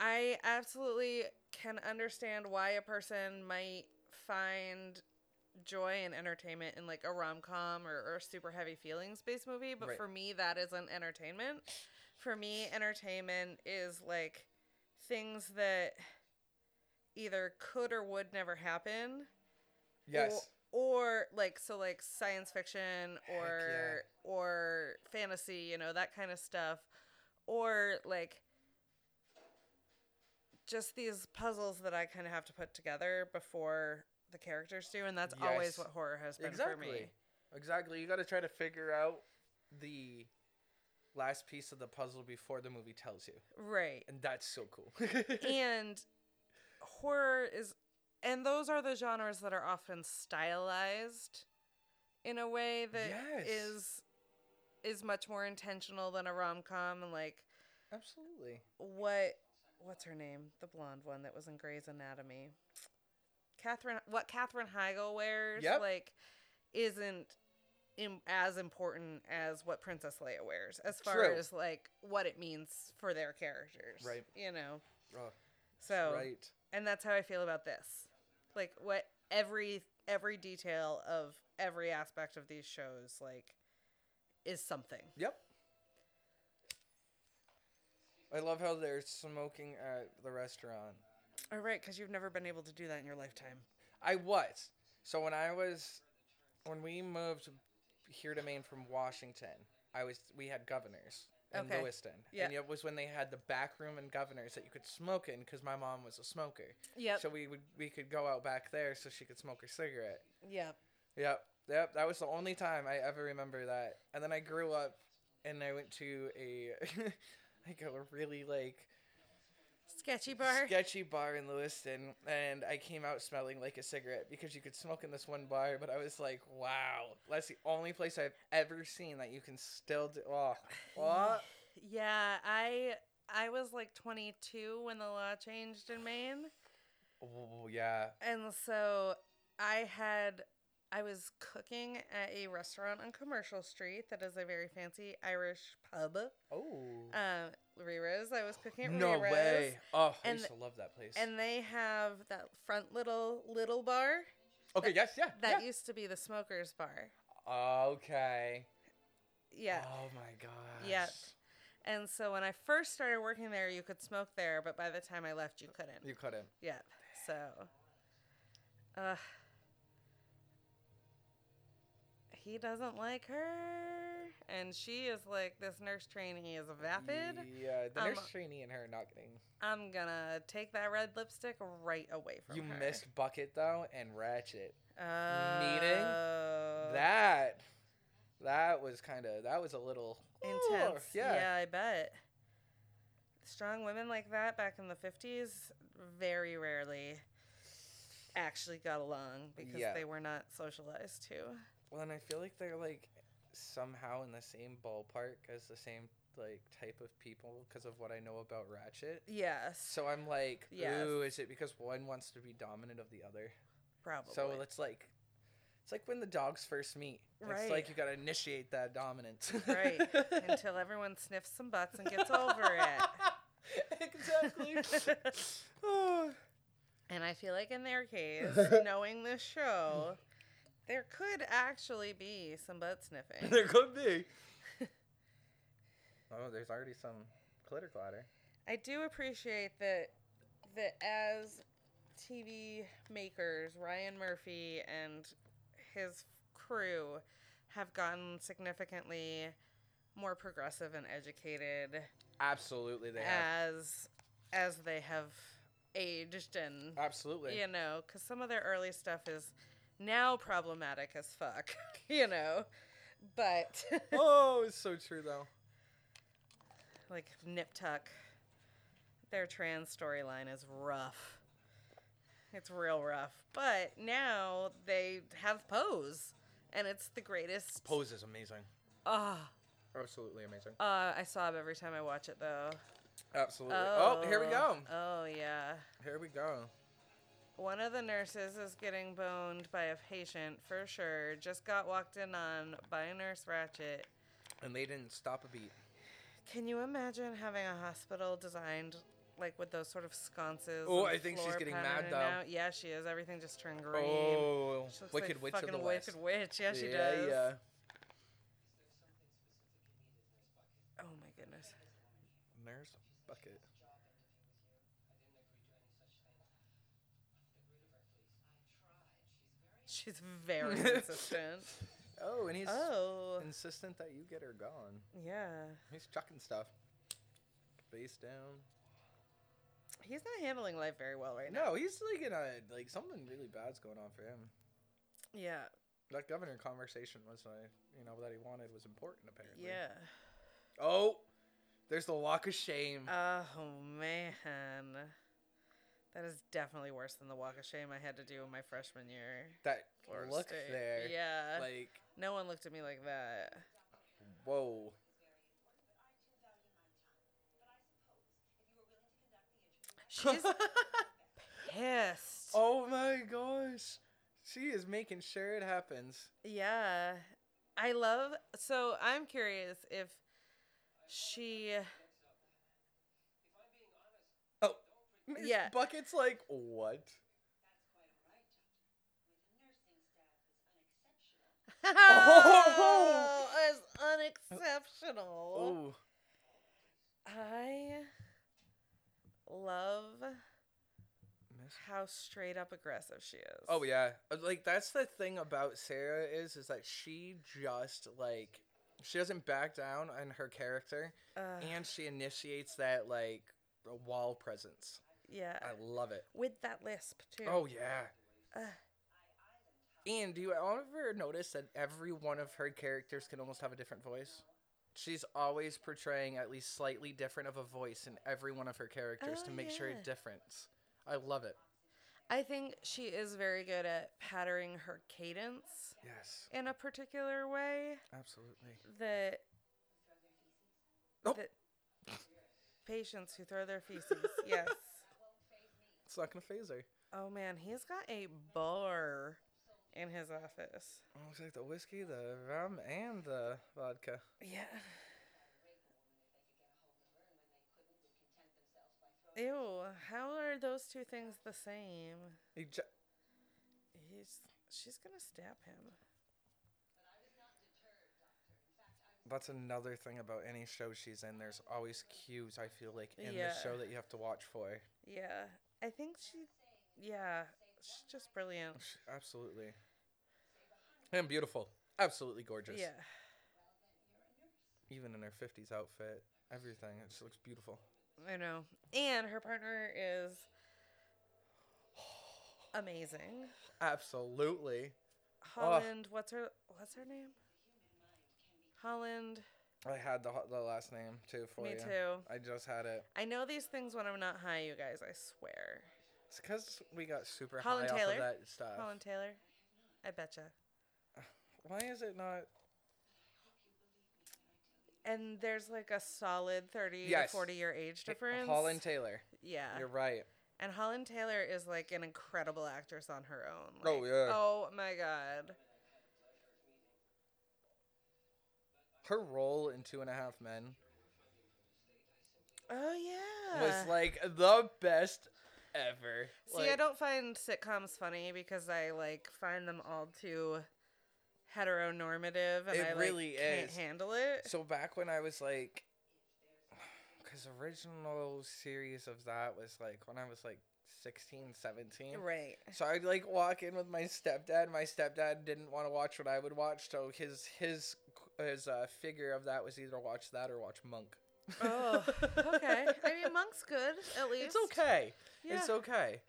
I absolutely can understand why a person might find joy and entertainment in like a rom-com or, or super heavy feelings based movie but Right. for me that isn't entertainment for me entertainment is like things that either could or would never happen Yes. or, or like so like science fiction Heck or or fantasy you know that kind of stuff or like just these puzzles that i kind of have to put together before the characters do and that's Yes. always what horror has been for me Exactly. Exactly. You got to try to figure out the last piece of the puzzle before the movie tells you, right and that's so cool. and horror is and those are the genres that are often stylized in a way that Yes. is is much more intentional than a rom-com and like Absolutely. what what's her name the blonde one that was in Grey's Anatomy Catherine what Catherine Heigl wears Yep. like isn't Im- as important as what Princess Leia wears as far True. as like what it means for their characters Right. you know Oh, so right. and that's how I feel about this. Like what every every detail of every aspect of these shows like is something. Yep. I love how they're smoking at the restaurant. All Oh, right, because you've never been able to do that in your lifetime. I was. So when I was when we moved here to Maine from Washington, I was we had governors in Okay. Lewiston. Yeah. And it was when they had the back room and governors that you could smoke in cuz my mom was a smoker. Yep. So we would we could go out back there so she could smoke her cigarette. yep. Yep. Yep. That was the only time I ever remember that. And then I grew up and I went to a like a really like Sketchy bar. sketchy bar in Lewiston, and I came out smelling like a cigarette because you could smoke in this one bar. But I was like, wow, that's the only place I've ever seen that you can still do. Oh, what? yeah, I I was like 22 when the law changed in Maine, Oh, yeah. and so I had I was cooking at a restaurant on Commercial Street that is a very fancy Irish pub. Oh. Um, Rera's. I was cooking at no Rera's. way. Oh, I And- used to love that place. And they have that front little little bar okay, yes, yeah. that yeah. used to be the smokers bar. okay. Yeah. Oh my gosh. Yep. And so when I first started working there, you could smoke there, but by the time I left, you couldn't. You couldn't. yeah. So. Uh, he doesn't like her. and she is like, this nurse trainee is vapid. Yeah, the Um, nurse trainee and her are not getting. I'm gonna take that red lipstick right away from You her. missed Bucket though, and Ratchet. meeting? Uh, Oh. That, that was kind of that was a little Ooh, intense. yeah. I bet. Strong women like that back in the 50s very rarely actually got along because Yeah. they were not socialized to. Well, and I feel like they're like somehow in the same ballpark as the same like type of people because of what I know about Ratchet. Yes. So I'm like, Yes. ooh, is it because one wants to be dominant of the other? probably. So it's like, it's like when the dogs first meet. It's Right. like you gotta initiate that dominance. Right. Until everyone sniffs some butts and gets over it. exactly. Oh, And I feel like in their case, knowing this show, there could actually be some butt sniffing. there could be. Oh, there's already some glitter clatter. I do appreciate that that as TV makers, Ryan Murphy and his crew have gotten significantly more progressive and educated Absolutely, they have. as as they have aged and Absolutely. you know, because some of their early stuff is now problematic as fuck, you know, but oh, it's so true though. like Nip Tuck, their trans storyline is rough. It's real rough, but now they have Pose, and it's the greatest. Pose is amazing. Oh, Absolutely amazing. uh, I sob every time I watch it though. Absolutely. Oh, here we go. Oh yeah. Here we go. One of the nurses is getting boned by a patient for sure. Just got walked in on by Nurse Ratchet. And they didn't stop a beat. Can you imagine having a hospital designed like with those sort of sconces? Oh, and I think she's floor getting pattern mad, and though. out? Yeah, she is. Everything just turned green. Oh, She looks Wicked like Witch fucking of the Wicked West. Witch. Yeah, she yeah, does. Yeah. Oh my goodness. Nurse Bucket. She's very consistent. Oh, and he's oh, insistent that you get her gone. yeah. He's chucking stuff. Face down. He's not handling life very well right now. No, he's like in a like something really bad's going on for him. Yeah. That governor conversation was like, you know, that he wanted was important apparently. Yeah. Oh, there's the walk of shame. Oh man. That is definitely worse than the walk of shame I had to do in my freshman year. that Florida look State. there. Yeah. Like, no one looked at me like that. whoa. She's pissed. oh my gosh. She is making sure it happens. Yeah. I love so I'm curious if she Oh. Miss Yeah. Bucket's like, what? oh, is unexceptional. Oh. I love Miss how straight up aggressive she is. Oh yeah, Uh, like that's the thing about Sarah is is that she just like she doesn't back down on her character, Uh, and she initiates that like wall presence. yeah. I love it. With that lisp too. Oh yeah. Ugh. And do you ever notice that every one of her characters can almost have a different voice? She's always portraying at least slightly different of a voice in every one of her characters Oh, to make sure yeah. it difference. I love it. I think she is very good at patterning her cadence Yes, in a particular way absolutely. that Oh. that patients who throw their feces. yes. It's not gonna phase her. Oh man, he's got a bar in his office. Looks like the whiskey, the rum, and the vodka. Yeah. Ew, how are those two things the same? He ju- He's she's gonna stab him. That's another thing about any show she's in. There's always cues, I feel like, in Yeah. the show that you have to watch for. Yeah. I think she yeah, she's just brilliant. Sh- Absolutely. And beautiful. Absolutely gorgeous. Yeah. even in her 50s outfit, everything. It just looks beautiful. I know. And her partner is amazing. Absolutely. Holland, what's her what's her name? Holland. I had the, ho- the last name too for Me you. too. I just had it. I know these things when I'm not high, you guys, I swear. It's because we got super Holland high off Taylor? of that stuff. Holland Taylor. I betcha. Why is it not? And there's like a solid 30 Yes. to 40 year age difference. Holland Taylor. yeah. You're right. And Holland Taylor is like an incredible actress on her own. Oh, like, yeah. Oh my god. Her role in Two and a Half Men Oh yeah. was like the best ever. See, I Like, don't find sitcoms funny because I like find them all too heteronormative, and It I like, really can't is. handle it. So back when I was like, because original series of that was like when I was like 16, 17. right. So I'd like walk in with my stepdad. My stepdad didn't want to watch what I would watch, so his his his uh, figure of that was either watch that or watch Monk. Oh, okay. I mean, Monk's good at least. it's okay. Yeah. It's okay.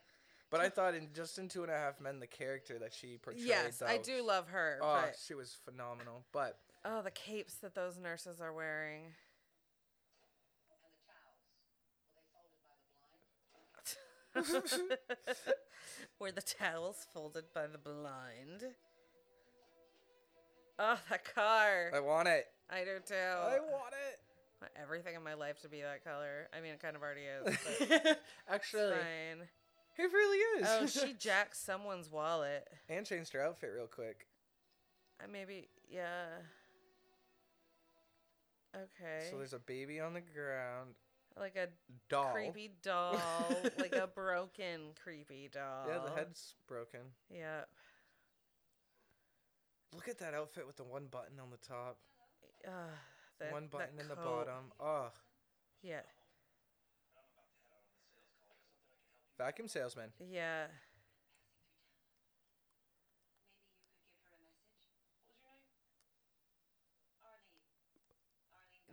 But I thought in just in Two and a Half Men, the character that she portrayed. yes, I though, do love her. Oh, but she was phenomenal. But oh, the capes that those nurses are wearing. Were the towels folded by the blind? Oh, that car. I want it. I do too. I I want want everything in my life to be that color. I mean, it kind of already is. But it's it. Actually, fine. it really is. Oh, she jacked someone's wallet. and changed her outfit real quick. I maybe, yeah. Okay. So there's a baby on the ground. like a Doll. creepy doll, like a broken creepy doll. Yeah, the head's broken. Yeah. Look at that outfit with the one button on the top, Uh, that, one that button in the coat. bottom. Ugh. Yeah. Vacuum salesman. Yeah.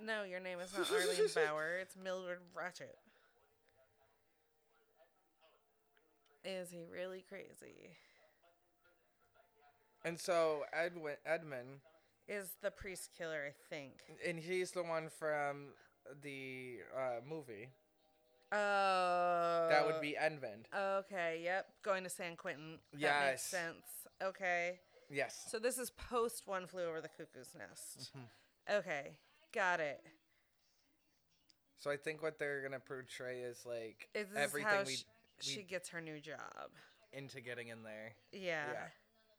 No, your name is not Arlene Bauer. It's Mildred Ratchet. Is he really crazy? And so Edwin Edmund, Is the priest killer? I think. and he's the one from the uh, movie. Oh. that would be Edmund. Okay. Yep. Going to San Quentin. That Yes. makes sense. Okay. Yes. So this is post one flew over the cuckoo's nest. Mhm. Okay. Got it. So I think what they're gonna portray is like Is this everything how we sh- she gets her new job? into getting in there. Yeah. Yeah.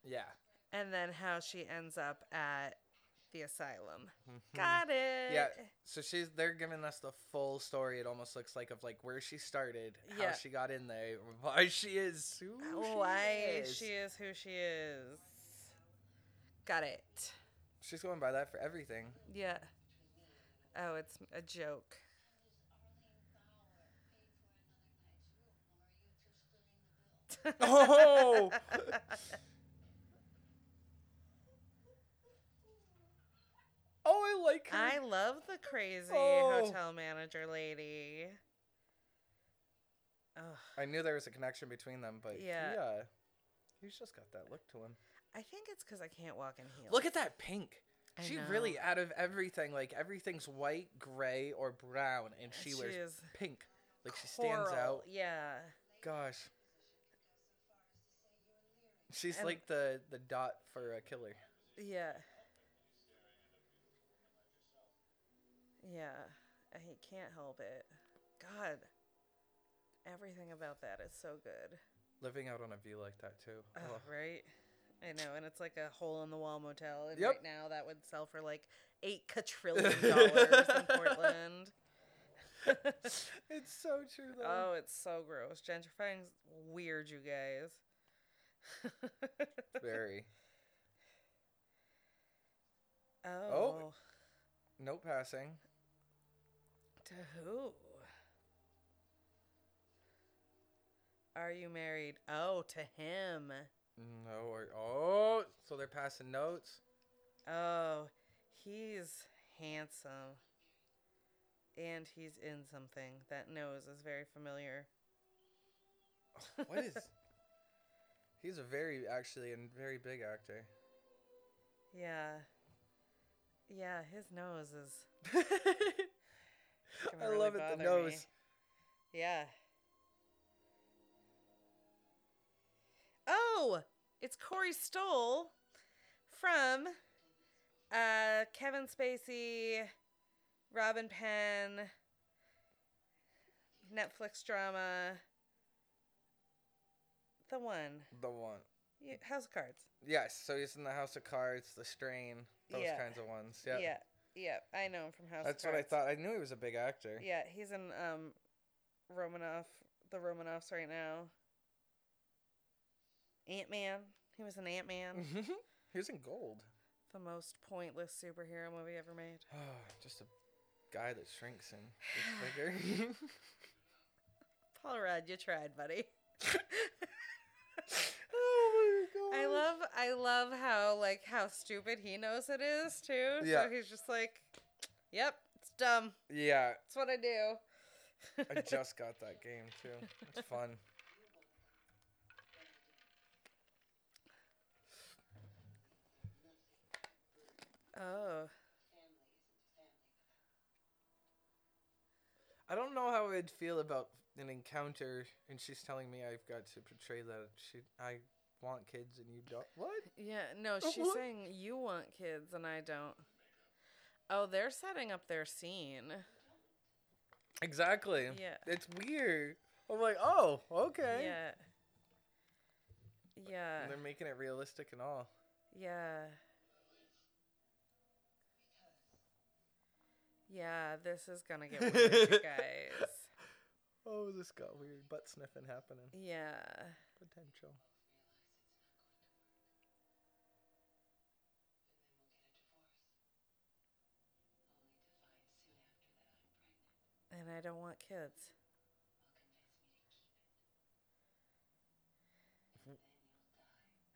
Yeah. And then how she ends up at the asylum. Mhm. Got it. Yeah. So she's they're giving us the full story. It almost looks like of like where she started, Yeah. how she got in there, why she is who she Why is. she is who she is. Got it. She's going by that for everything. Yeah. Oh, it's a joke. Oh! Oh, I like her. I love the crazy Oh. hotel manager lady. Ugh. I knew there was a connection between them, but yeah, Yeah. he's just got that look to him. I think it's because I can't walk in heels. Look at that pink. I she know. really out of everything, like everything's white, gray, or brown, and she, wears is pink. Like she stands coral. out. Yeah. Gosh. She's And- like the the dot for a killer. Yeah. Yeah. And He can't help it. God. Everything about that is so good. Living out on a view like that too. Ugh, Ugh. right? I know. And it's like a hole in the wall motel. And Yep. right now that would sell for like eight quadrillion dollars in Portland. Oh. it's so true though. oh, it's so gross. Gentrifying's weird, you guys. Very. oh. Note passing. To who? Are you married? Oh, to him. No. Or, oh, so they're passing notes. Oh, he's handsome. And he's in something that nose is very familiar. What is? He's a very actually and very big actor. Yeah. Yeah, his nose is. can I really love it. bother The me. nose. Yeah. Oh, it's Corey Stoll from uh, Kevin Spacey, Robin Penn, Netflix drama. The one. The one. You- House of Cards. Yes. So he's in the House of Cards, The Strain, those Yeah. kinds of ones. Yeah. Yeah. yeah, I know him from House That's of what I Cards. thought. I knew he was a big actor. Yeah, he's in um Romanoff the Romanoffs right now. Ant Man. He was an Ant Man. Mhm. he was in Gold. the most pointless superhero movie ever made. Oh, just a guy that shrinks and gets bigger. Paul Rudd, you tried, buddy. oh my god. I love I love how like how stupid he knows it is too. Yeah. So he's just like, Yep, it's dumb. Yeah, It's what I do. I just got that game too. It's fun. oh. I don't know how I'd feel about an encounter, and she's telling me I've got to portray that she I want kids and you don't. What? Yeah, no, Oh, she's what? saying you want kids and I don't. Oh, they're setting up their scene. Exactly. Yeah. It's weird. I'm like, oh, okay. Yeah. Yeah. And they're making it realistic and all. Yeah. Yeah, this is gonna get weird, you guys. Oh, this got weird. Butt sniffing happening. Yeah. Potential. And I don't want kids.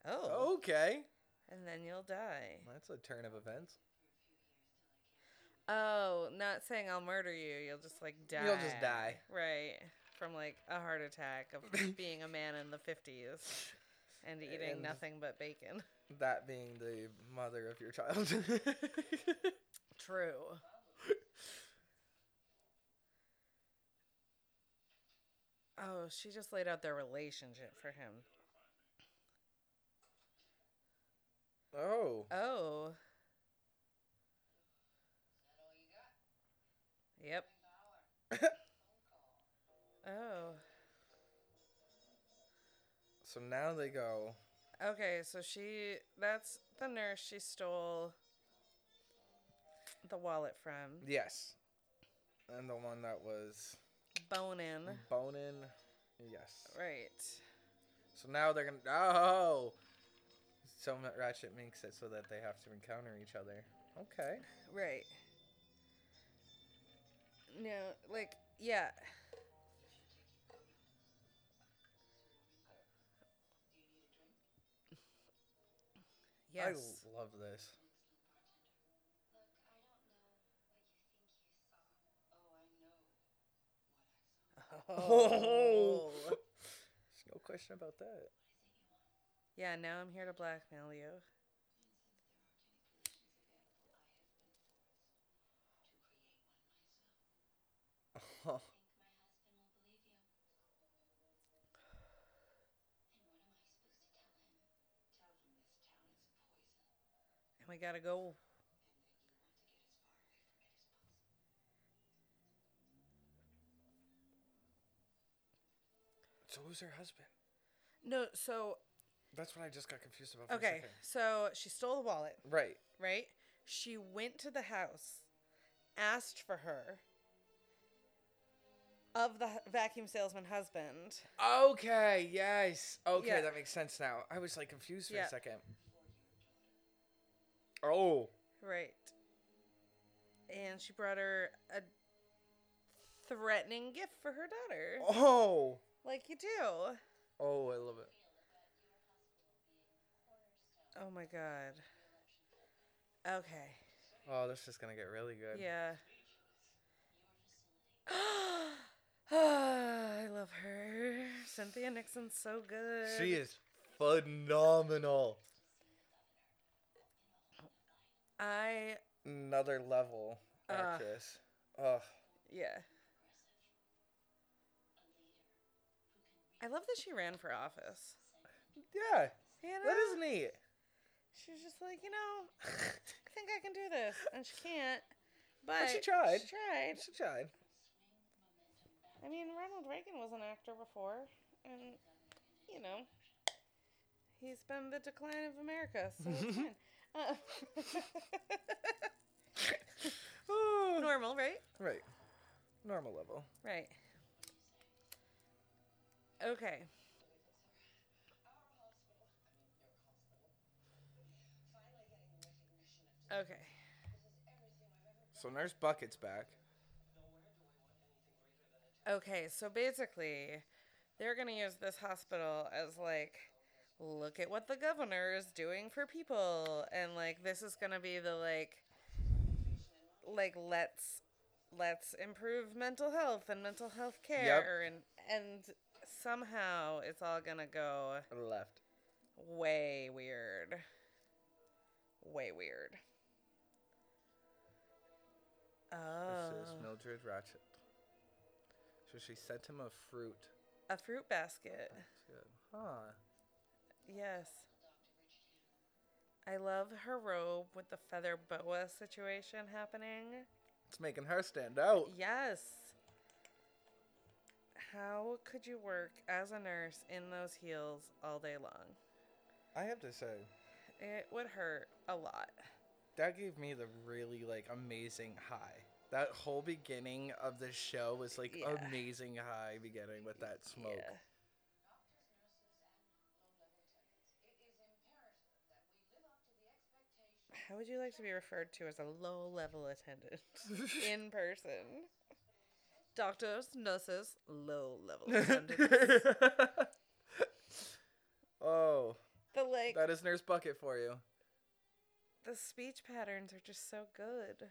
Oh. Okay. And then you'll die. That's a turn of events. Oh, not saying I'll murder you. You'll just like die. You'll just die. Right. From like a heart attack of being a man in the 50s and eating And- nothing but bacon. That being the mother of your child. True. Oh, she just laid out their relationship for him. oh. Oh. Yep. oh. So now they go. Okay, so she that's the nurse she stole the wallet from. Yes. And the one that was Bonin. Mm-hmm. Bonin. Yes. Right. So now they're gonna. Oh. So Ma- Ratchet makes it so that they have to encounter each other. Okay. Right. No, like yeah. Yes. I love this. Oh. There's no question about that. Yeah, now I'm here to blackmail you. And we gotta go. so who's her husband? No, so That's what I just got confused about. For A okay, second. so she stole the wallet, Right. right? She went to the house, asked for her of the hu- vacuum salesman husband. Okay. Yes. Okay, Yeah. that makes sense now. I was like confused for Yeah. a second. Oh. Right. And she brought her a threatening gift for her daughter. Oh. Like you do. Oh, I love it. Oh my god. Okay. Oh, this is gonna get really good. Yeah. I love her. Cynthia Nixon's so good. She is phenomenal. I Another level Uh. actress. Oh, yeah. I love that she ran for office. yeah. You That is know? neat. She was just like, you know, I think I can do this, and she can't. But she tried. She tried. She tried. I mean, Ronald Reagan was an actor before, and you know, he's been the decline of America, so it's fine. Uh, Oh, normal, right? right. Normal level. Right. Okay. Okay. So Nurse Bucket's back. Okay, so basically, they're going to use this hospital as like, look at what the governor is doing for people, and like this is going to be the like, like let's let's improve mental health and mental health care, and and somehow it's all going to go Left. way weird, way weird. Oh, This is Mildred Ratchet. So she sent him a fruit. a fruit basket. She said, Huh. Yes. I love her robe with the feather boa situation happening. It's making her stand out. Yes. How could you work as a nurse in those heels all day long? I have to say, It would hurt a lot. that gave me the really like amazing high. That whole beginning of the show was like Yeah. amazing high beginning with that smoke. Yeah. How would you like to be referred to as a low level attendant in person? Doctors, nurses, low level attendants. oh, the like that is Nurse Bucket for you. the speech patterns are just so good.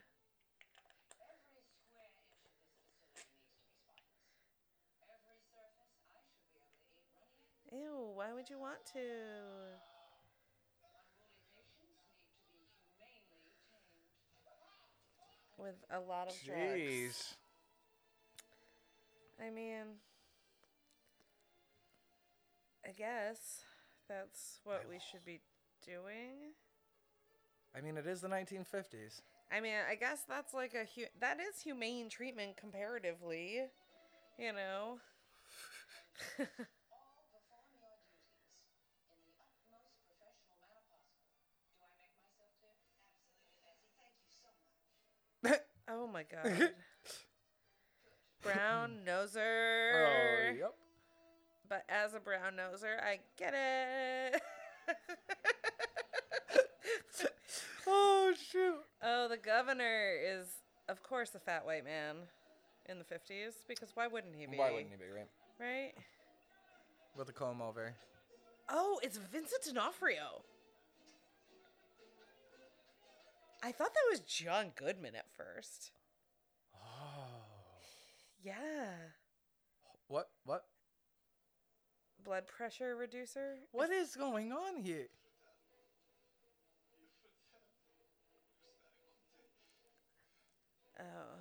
Ew, why would you want to? With a lot of drugs. Jeez. I mean, I guess that's what we should be doing. I mean, it is the 1950s. I mean, I guess that's like a hu- that is humane treatment comparatively, you know. oh my god. brown Oh, noser. yep. But as a brown noser, I get it. Oh shoot. oh, the governor is of course a fat white man in the 50s because why wouldn't he be? Why wouldn't he be right? Right? With a comb over. Oh, it's Vincent D'Onofrio. I thought that was John Goodman at first. Oh. Yeah. What? What? Blood pressure reducer. What is going on here? Oh,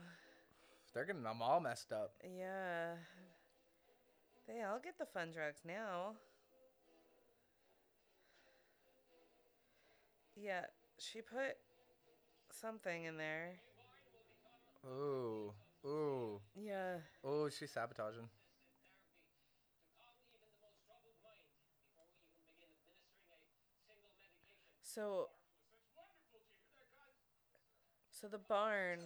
They're getting them all messed up. yeah. They all get the fun drugs now. Yeah, she put something in there. Ooh. Ooh. Yeah. Ooh, she's sabotaging. So. So the barn.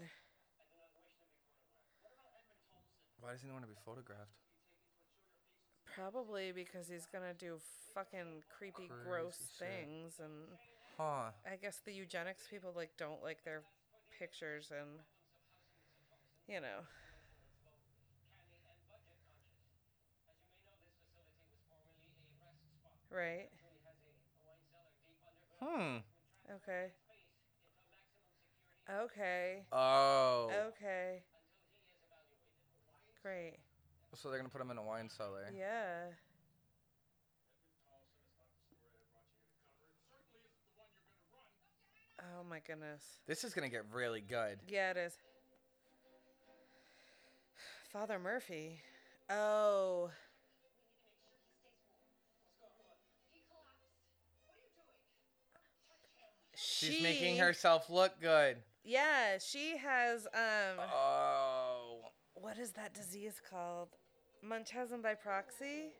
Why doesn't he want to be photographed? Probably because he's gonna do fucking creepy, gross Crazy shit. things, and Huh. I guess the eugenics people like don't like their pictures, and you know. Right. Hmm. Okay. Okay. Oh. Okay. Great. So they're gonna put him in a wine cellar. Yeah. Oh my goodness. This is gonna get really good. Yeah, it is. Father Murphy. Oh. She's making She- herself look good. Yeah, she has um Oh. what is that disease called? Munchausen by proxy?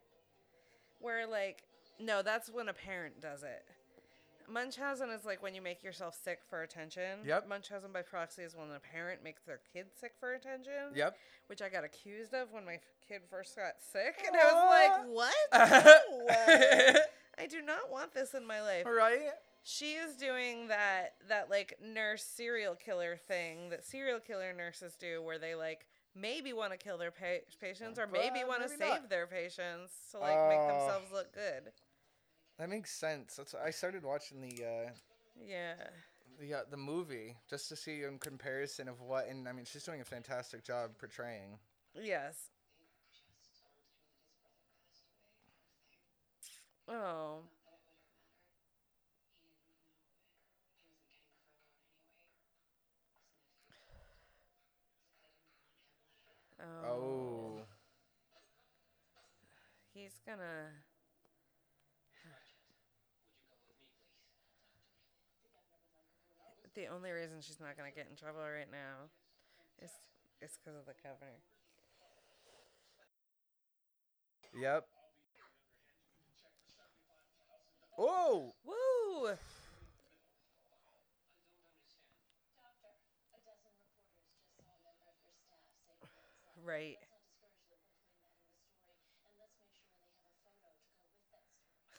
Where like no, that's when a parent does it. Munchausen is like when you make yourself sick for attention. Yep. Munchausen by proxy is when a parent makes their kid sick for attention. Yep. Which I got accused of when my f- kid first got sick, and I was like, "What? No. right. I do not want this in my life." She is doing that that like nurse serial killer thing that serial killer nurses do, where they like maybe want to kill their pa- patients or maybe Well, want to maybe not. save their patients to like make Oh. themselves look good. That makes sense. That's I started watching the uh, Yeah, the uh, the movie just to see in comparison of what and I mean she's doing a fantastic job portraying. yes. Oh, Oh. He's gonna. The only reason she's not gonna get in trouble right now is is because of the governor. Yep. Oh. Woo! Right.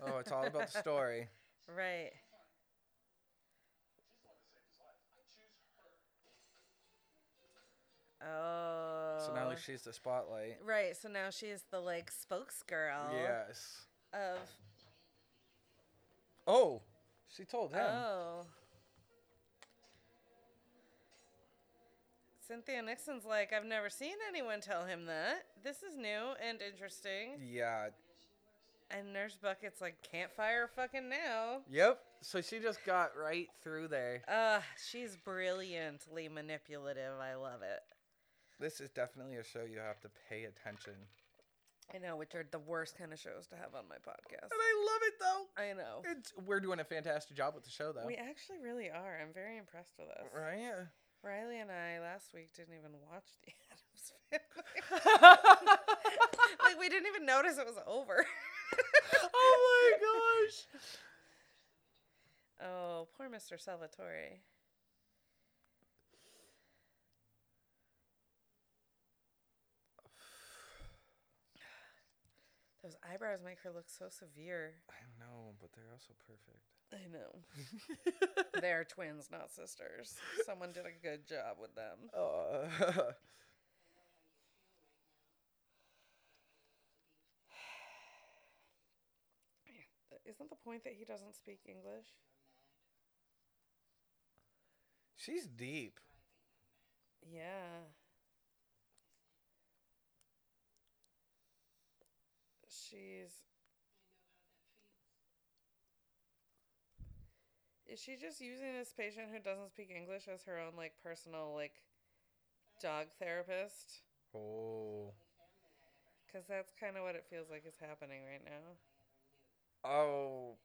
Oh, it's all about the story. Right. Oh. So now like she's the spotlight. right. So now she is the like spokesgirl. Yes. Of Oh, she told him. oh. Cynthia Nixon's like I've never seen anyone tell him that. This is new and interesting. Yeah. And Nurse Bucket's like can't fire fucking now. Yep. So she just got right through there. Uh, she's brilliantly manipulative. I love it. This is definitely a show you have to pay attention. I know, which are the worst kind of shows to have on my podcast. And I love it though. I know. It's we're doing a fantastic job with the show though. We actually really are. I'm very impressed with us. Right? Riley and I last week didn't even watch the Adams Family. like we didn't even notice it was over. oh my gosh. Oh, poor Mr. Salvatore. Those eyebrows make her look so severe. I know, but they're also perfect. I know. They're twins, not sisters. Someone did a good job with them. Uh, Isn't the point that he doesn't speak English? she's deep. Yeah. She's. Is she just using this patient who doesn't speak English as her own, like, personal, like, dog therapist? Oh. Because that's kind of what it feels like is happening right now. Oh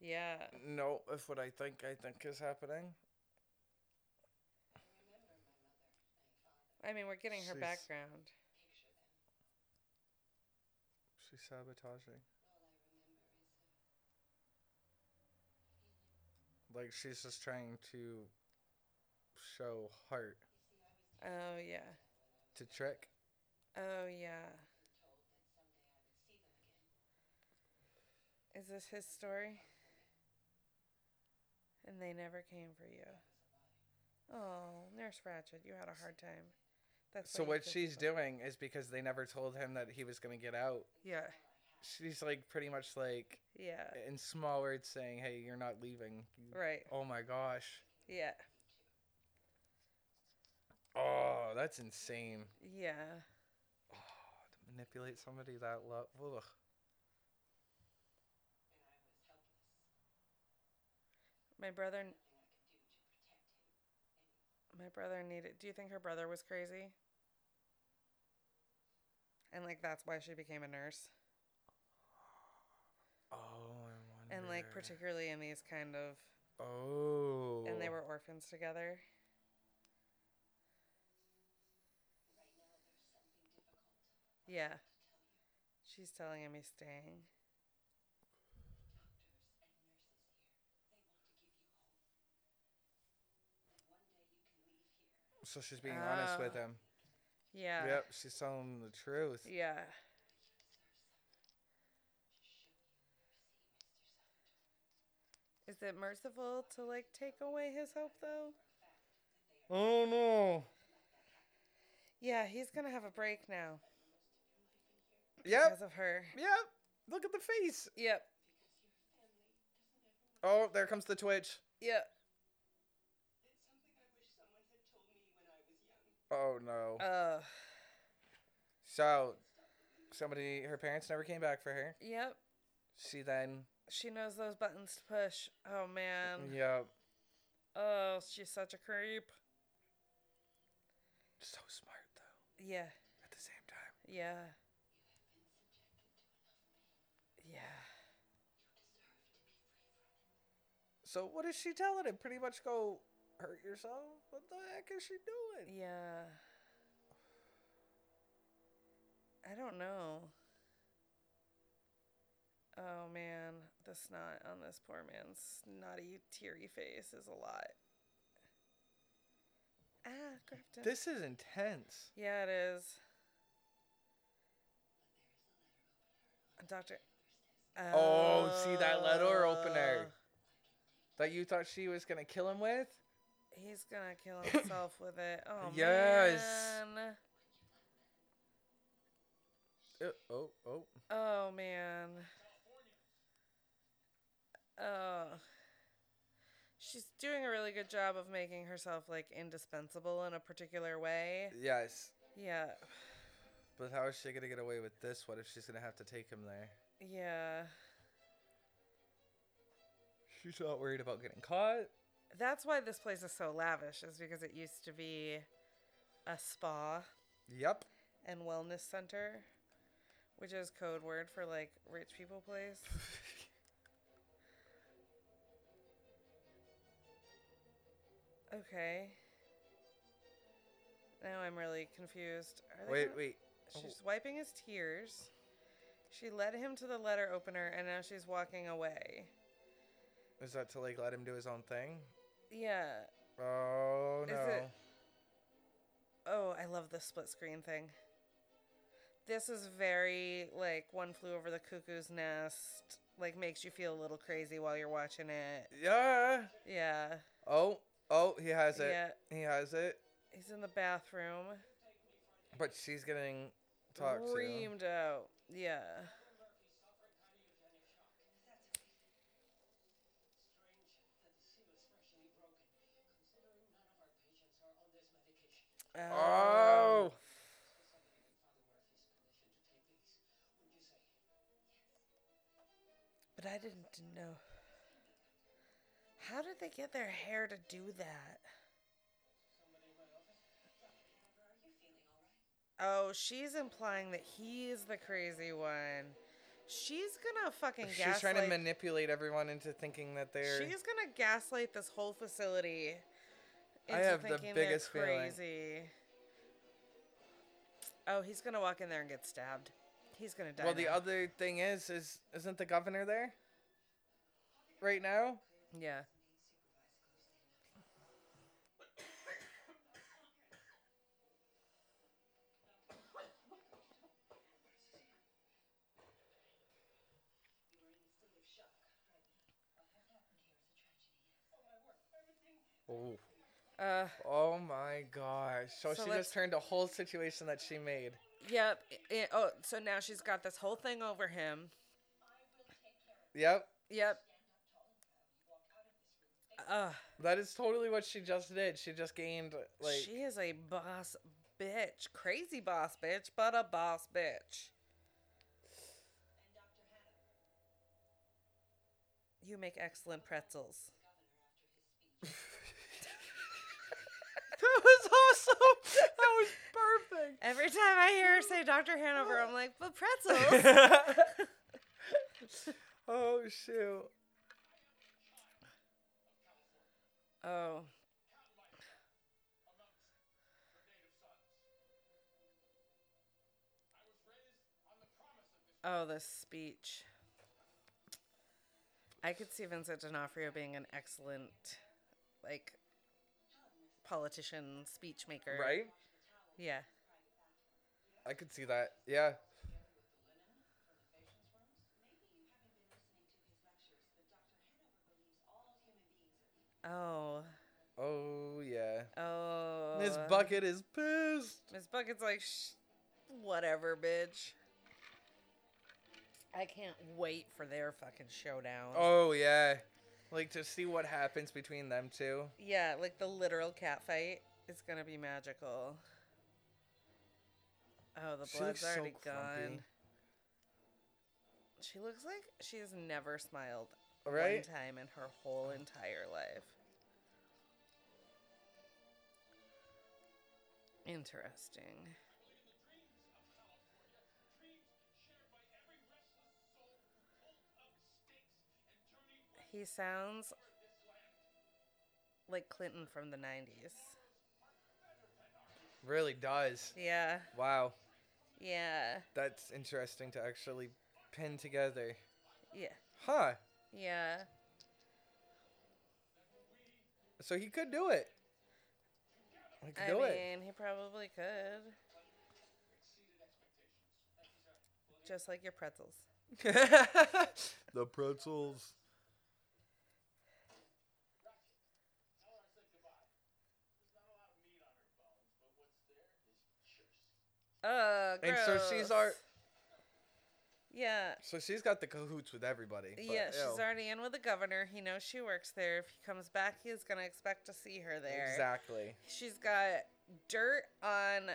Yeah. no, if what I think I think is happening. I mean, we're getting her She's- background. She's sabotaging. Like she's just trying to show heart Oh, yeah. to trick. Oh yeah. Is this his story? And they never came for you. Oh, Nurse Ratchet, you had a hard time. That's So you what feel she's so- doing is because they never told him that he was gonna get out. Yeah, She's like pretty much like yeah, in Oh small words saying, "Hey, you're not leaving." right, Oh my gosh. yeah. Oh, that's insane. Yeah. Oh, to manipulate somebody that low. Ugh. My brother. My brother needed. Do you think her brother was crazy? And like that's why she became a nurse. Oh, I wonder. And like particularly in these kind of Oh. and they were orphans together. Yeah. She's telling him he's staying. So she's being honest with Oh. him. Yeah. Yep, she's telling him the truth. Yeah. Is it merciful to like take away his hope though? Oh no. Yeah, he's gonna have a break now Yep. because of her. Yep. Look at the face. Yep. Oh, there comes the twitch. Yep. Oh no. Uh. So, somebody, her parents never came back for her. Yep. She then, She knows those buttons to push. Oh man. yeah, Oh, she's such a creep. so smart though. Yeah. At the same time, Yeah. Yeah. so what is she telling him? Pretty much go hurt yourself. What the heck is she doing? Yeah. I don't know. Oh man, the snot on this poor man's snotty, teary face is a lot. Ah, Grafton. This is intense. yeah, it is. Doctor. Oh, see that letter opener. That you thought she was gonna kill him with? He's gonna kill himself with it. Oh Yes. man. Uh, oh, oh. Oh man. Oh. She's doing a really good job of making herself like indispensable in a particular way. Yes, Yeah. but how is she gonna get away with this? What if she's gonna have to take him there? Yeah. She's not worried about getting caught. That's why this place is so lavish is because it used to be a spa Yep. and wellness center, which is code word for like rich people place. Okay. Now I'm really confused. Are they wait, gonna- wait. She's wiping his tears. She led him to the letter opener and now she's walking away. Is that to like let him do his own thing? Yeah. Oh Is no. it- Oh, I love the split screen thing. This is very like one flew over the cuckoo's nest, like makes you feel a little crazy while you're watching it. Yeah. Yeah. Oh, oh, he has it. Yeah. He has it. He's in the bathroom. But she's getting talked to. reamed out. Yeah. Um, Oh. But I didn't know. How did they get their hair to do that? Oh, she's implying that he is the crazy one. She's gonna fucking gaslight. She's trying to manipulate everyone into thinking that they're. She's gonna gaslight this whole facility. I into have the thinking they're biggest feeling. crazy. Oh, he's gonna walk in there and get stabbed. He's gonna die. well, the now. other thing is, is isn't the governor there? Right now. yeah. Oh. Uh, Oh my gosh. So, So she let's- just turned a whole situation that she made. yep. i- i- oh, so now she's got this whole thing over him. Yep. Yep. Uh, That is totally what she just did. She just gained like she is a boss bitch. Crazy boss bitch, but a boss bitch. You make excellent pretzels. That was awesome. That was perfect. Every time I hear her say Dr. Hanover, I'm like, but pretzels. oh shoot. oh. Oh, this speech. I could see Vincent D'Onofrio being an excellent, like, politician, speech maker. Right? Yeah. I could see that. Yeah. Oh. Oh yeah. Oh. This bucket is pissed. Miss Bucket's like, Shh, whatever, bitch. I can't wait for their fucking showdown. Oh yeah. Like to see what happens between them two. Yeah, like the literal cat fight is gonna be magical. Oh, the She blood's looks so already gone. grumpy. She looks like she has never smiled Right? one time in her whole entire life. Interesting. He sounds like Clinton from the 90s. Really does. Yeah, Wow. yeah, That's interesting to actually pin together. yeah, Huh. yeah. So he could do it. He could I do mean, it. he probably could. Just like your pretzels. the pretzels. Uh, And so she's gross. our- Yeah. So she's got the cahoots with everybody. but, yeah, she's ew. already in with the governor. He knows she works there. If he comes back, he's going to expect to see her there. Exactly. She's got dirt on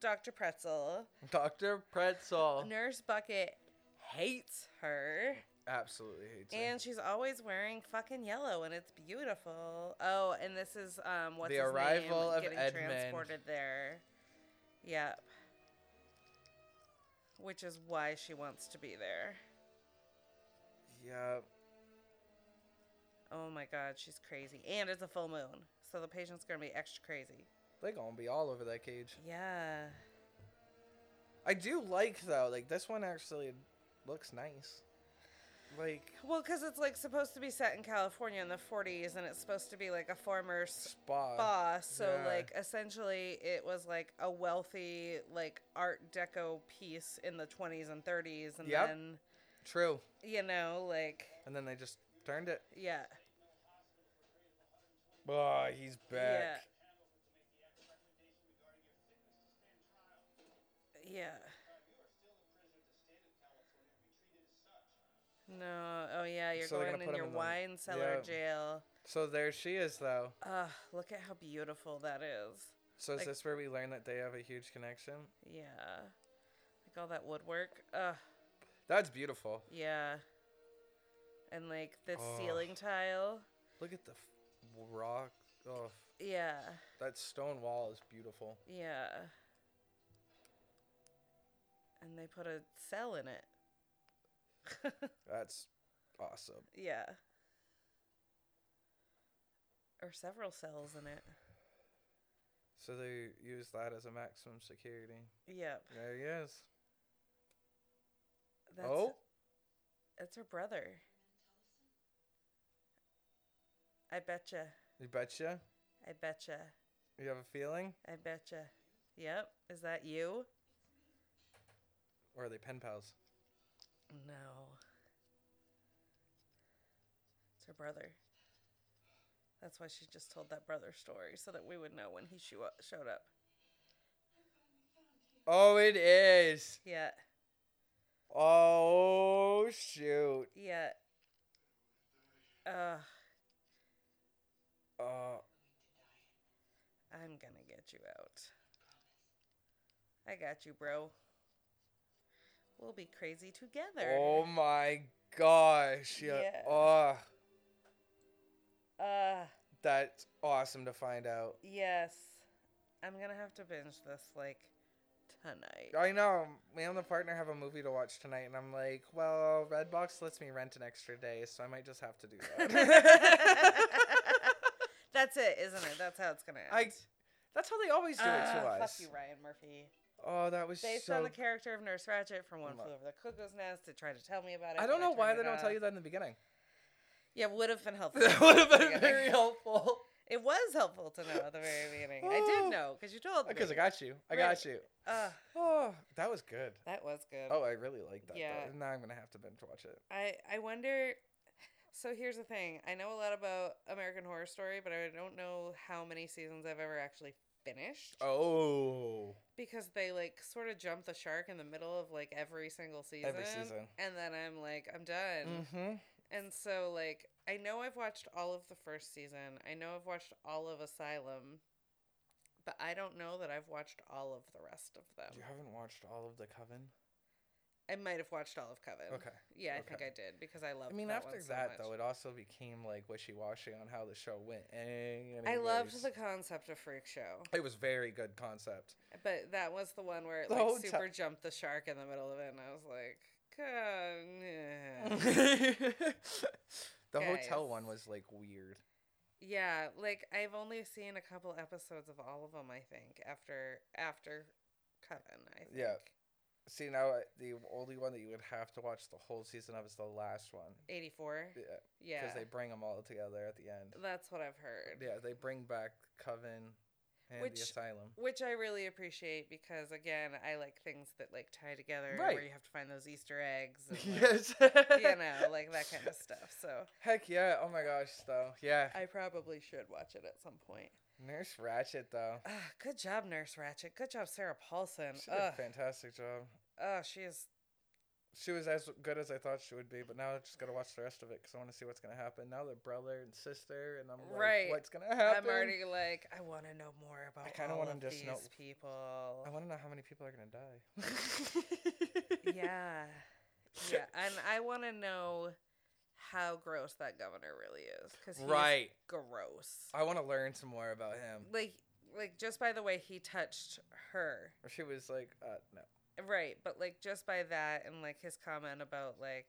Dr. Pretzel. Dr. Pretzel. Nurse Bucket hates her. Absolutely hates her. And she's always wearing fucking yellow, and it's beautiful. Oh, and this is um, what's The his name arrival of getting Edmund. transported there. Yep. Which is why she wants to be there. Yeah. Oh my God, she's crazy, and it's a full moon, so the patient's gonna be extra crazy. They're going to be all over that cage. Yeah. I do like, though. Like, this one actually looks nice. Like, Well, because it's like supposed to be set in California in the 40s, and it's supposed to be like a former s- spa. boss. So Uh, yeah. like essentially it was like a wealthy like art deco piece in the 20s and 30s and Yep. then True. you know like And then they just turned it. yeah. Oh, he's back. Yeah. Yeah. No. Oh yeah, you're So they're gonna going in put 'em your in the- wine cellar yeah. jail. So there she is, though. Ugh, look at how beautiful that is. So is Like- this where we learn that they have a huge connection? Yeah. Like all that woodwork. Ugh. That's beautiful. Yeah. And like the Oh. ceiling tile. Look at the f- rock. Oh, Yeah. that stone wall is beautiful. Yeah. And they put a cell in it. That's awesome. yeah. Or several cells in it. So they use that as a maximum security. Yep. There he is. That's oh, that's her brother. I betcha. you betcha. I betcha. You have a feeling? I betcha. Yep. Is that you? Or are they pen pals? No. It's her brother. That's why she just told that brother story so that we would know when he show up, showed up. Oh, it is. Yeah, Oh, shoot. yeah. Ugh, Uh, I'm gonna get you out. I got you, bro. We'll be crazy together. Oh my gosh. Yeah. Yeah. Oh, Uh, that's awesome to find out. yes. I'm going to have to binge this like tonight. I know. Me and the partner have a movie to watch tonight, and I'm like, well, Redbox lets me rent an extra day, so I might just have to do that. That's it, isn't it? That's how it's going to end. I, that's how they always do it to Ah, us. Fuck you, Ryan Murphy. Oh, that was Based so. on the character of Nurse Ratchet from One Mo- Flew Over the Cuckoo's Nest, to try to tell me about it. I but don't know why turned they it don't tell off. you that in the beginning. Yeah, would have been helpful. that would have at the been beginning. very helpful. It was helpful to know at the very beginning. I did Oh. know because you told me. Because I got you. I Right. got you. Ugh, Oh, that was good. that was good. Oh, I really like that. Yeah. Though. Now I'm gonna have to binge watch it. I I wonder. So here's the thing. I know a lot about American Horror Story, but I don't know how many seasons I've ever actually finished Oh, because they like sort of jump the shark in the middle of like every single season. every season. And then I'm like, I'm done. Mm-hmm. And so, like, I know I've watched all of the first season. I know I've watched all of Asylum, but I don't know that I've watched all of the rest of them. You haven't watched all of the Coven. I might have watched all of Coven. Okay. Yeah, I think okay. I did because I love. I mean, that after one so that much. though, it also became like wishy-washy on how the show went. Eh, I loved anyways. the concept of Freak Show, It was very good concept. but that was the one where it The like whole ti- super jumped the shark in the middle of it, and I was like, "God, nah." the hotel Guys. one was like weird. yeah, like I've only seen a couple episodes of all of them. I think after after Coven, I think. Yeah. See now, uh, the only one that you would have to watch the whole season of is the last one. 84. Yeah, because Yeah. they bring them all together at the end. That's what I've heard. Yeah, they bring back Coven and Which- the Asylum. Which I really appreciate because again, I like things that like tie together where Right. you have to find those Easter eggs and like, yes. you know, like that kind of stuff. So Heck yeah! Oh my gosh, though. Yeah, I probably should watch it at some point. Nurse Ratchet though. Ugh, good job, Nurse Ratchet. Good job, Sarah Paulson. She did a Ugh. fantastic job. Oh, she is She was as good as I thought she would be, but now I just gotta watch the rest of it because I want to see what's gonna happen. Now they're brother and sister, and I'm like, Right. what's gonna happen? I'm already like, I want to know more about I kinda kinda all wanna of just these know- people. I want to know how many people are gonna die. yeah. Yeah. And I want to know how gross that governor really is. Because he's Right. gross. I want to learn some more about him. like like just by the way he touched her She was like, uh, no. right but like just by that and like his comment about like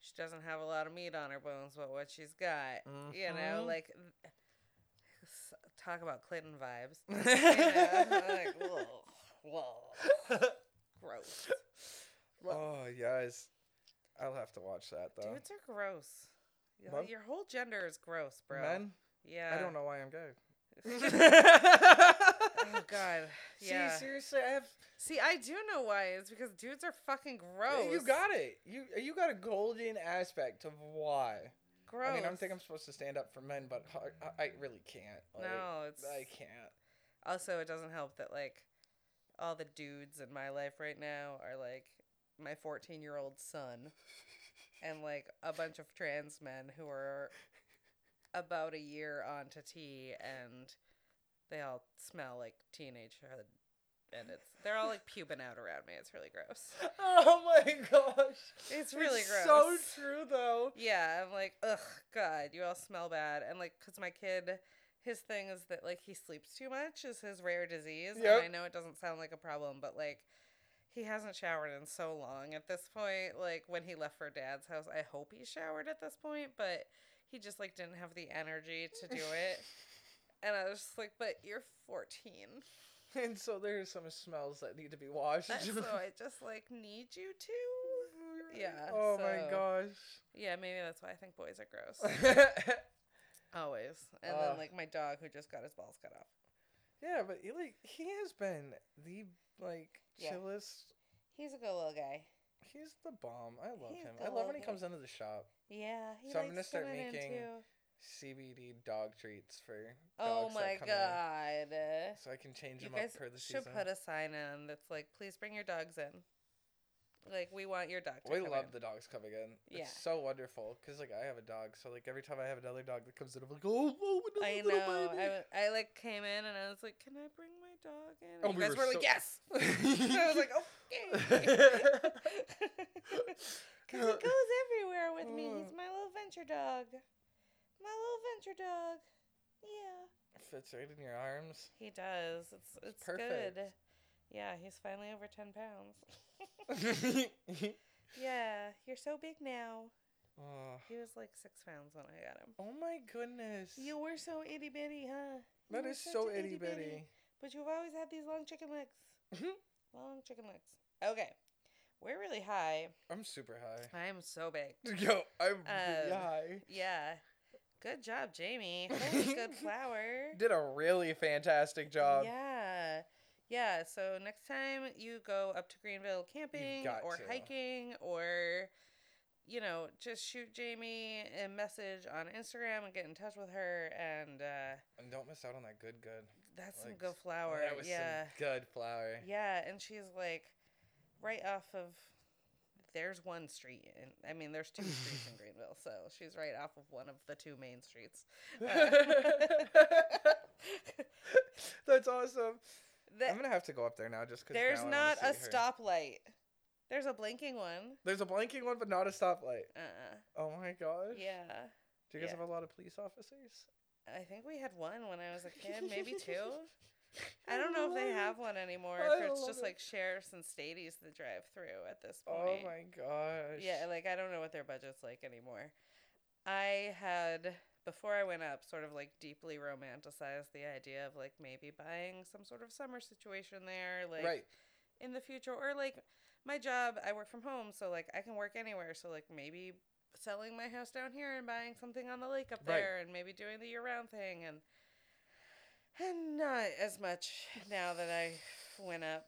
she doesn't have a lot of meat on her bones but what she's got you know Mhm. like s- talk about clinton vibes Mm-hmm. you know? like whoa whoa gross oh yes, I'll have to watch that though. dudes are gross Your- Mom? your whole gender is gross bro Men, yeah I don't know why I'm gay. oh god yeah See, seriously, I have. see i do know why it's because dudes are fucking gross You got it. You you got a golden aspect of why. gross I mean, I'm thinking I'm supposed to stand up for men, but hard, I, I really can't. Like, no, it's I can't. also it doesn't help that like all the dudes in my life right now are like my 14 year old son and like a bunch of trans men who are about a year on to tea and they all smell like teenagehood and it's they're all like pubing out around me. It's really gross. Oh my gosh. It's really gross. So true though. Yeah, I'm like, ugh, God, you all smell bad. And like, cause my kid, his thing is that like he sleeps too much is his rare disease. Yep. And I know it doesn't sound like a problem, but like, he hasn't showered in so long at this point. Like when he left for dad's house, I hope he showered at this point, but he just like didn't have the energy to do it. and I was just like, but you're 14. And so there's some smells that need to be washed. so I just like need you to. Yeah. Oh so- my gosh. Yeah, maybe that's why I think boys are gross. Always. And Ugh. then like my dog who just got his balls cut off. yeah, but he, like he has been the like Yeah. chillest. He's a good little guy. He's the bomb. I love He's him. the I love when he lovely. comes into the shop. Yeah. He So I'm likes gonna start coming in, making too. CBD dog treats for Oh dogs that my come in, god. so I can change You him up guys per the should season. put a sign in that's like, please bring your dogs in. Like we want your dog. To We come love in. the dogs coming in. Yeah. It's so wonderful because like I have a dog, so like every time I have another dog that comes in, I'm like, oh, oh another I little know. baby. I, w- I like came in and I was like, "Can I bring my dog in?" And Oh, you we guys were were, so- like, "Yes." I was like, "Okay." Cause he goes everywhere with me. He's my little venture dog. My little venture dog. Yeah. Fits right in your arms. He does. It's it's perfect. good. Yeah, he's finally over ten pounds. yeah, you're so big now. oh, He was like six pounds when I got him. oh my goodness. You were so itty bitty, huh? You that were is such so a itty bitty. But you've always had these long chicken legs. Mhm. long chicken legs. Okay. We're really high. I'm super high. I'm so big. Yo, I'm Um, really high. Yeah. Good job, Jamie. Holy good flower. Did a really fantastic job. Yeah. Yeah. So next time you go up to Greenville camping got or to. hiking or you know, just shoot Jamie a message on Instagram and get in touch with her and uh And don't miss out on that good, good. that's some Like, good flower. That was yeah. some good flower. Yeah, and she's like right off of there's one street and I mean there's two streets in Greenville, so she's right off of one of the two main streets. Uh, That's awesome. The- I'm gonna have to go up there now just because. There's not a stoplight. There's a blinking one. There's a blanking one, but not a stoplight. Uh, Oh my gosh. yeah. Do you guys yeah. have a lot of police officers? I think we had one when I was a kid, maybe two. I don't know if they love have it. one anymore. I If it's love just it. like sheriffs and stadies that drive through at this point. Oh my gosh. Yeah, like I don't know what their budget's like anymore. I had before I went up sort of like deeply romanticized the idea of like maybe buying some sort of summer situation there, like right. in the future or like my job, I work from home, so like I can work anywhere, so like maybe selling my house down here and buying something on the lake up Right. there and maybe doing the year-round thing and and not as much now that I went up.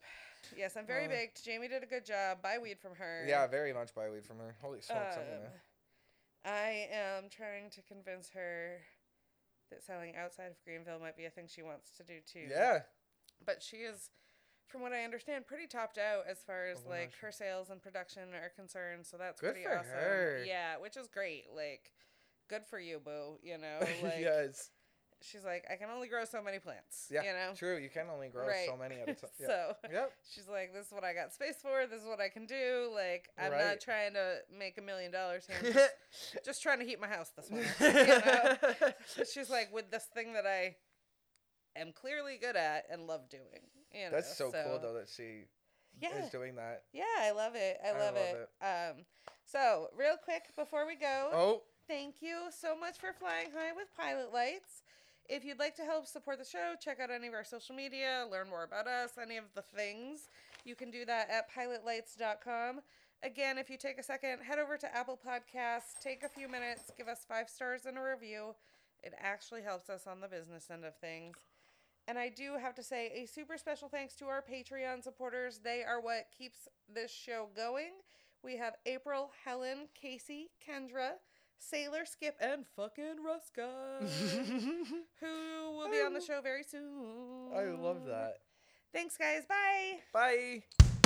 Yes, I'm very Uh. baked. Jamie did a good job. Buy weed from her. Yeah, very much buy weed from her. Holy smokes! I'm Um, gonna. I am trying to convince her that selling outside of Greenville might be a thing she wants to do too. Yeah. But she is, from what I understand, pretty topped out as far as Oh my like gosh. her sales and production are concerned. So that's Good pretty for awesome. her. Yeah, which is great. Like, good for you, boo. You know, like yes. she's like, I can only grow so many plants. Yeah, You know? True. You can only grow oh, Right. so many at a time. Yeah. so Yep. she's like, this is what I got space for. This is what I can do. Like, I'm Right. not trying to make a million dollars here. I'm just just trying to heat my house this winter. you know? She's like with this thing that I am clearly good at and love doing. You know? That's so, cool though that she Yeah, is doing that. yeah, I love it. I I love, love it. Um, so real quick before we go, Oh, thank you so much for flying high with Pilot Lights. If you'd like to help support the show, check out any of our social media, learn more about us, any of the things, you can do that at pilotlights.com. Again, if you take a second, head over to Apple Podcasts, take a few minutes, give us five stars and a review. It actually helps us on the business end of things. And I do have to say a super special thanks to our Patreon supporters. They are what keeps this show going. We have April, Helen, Casey, Kendra, Sailor Skip, and fucking Ruska, who will be on the show very soon. I love Oh, that. Thanks, guys. Bye. Bye.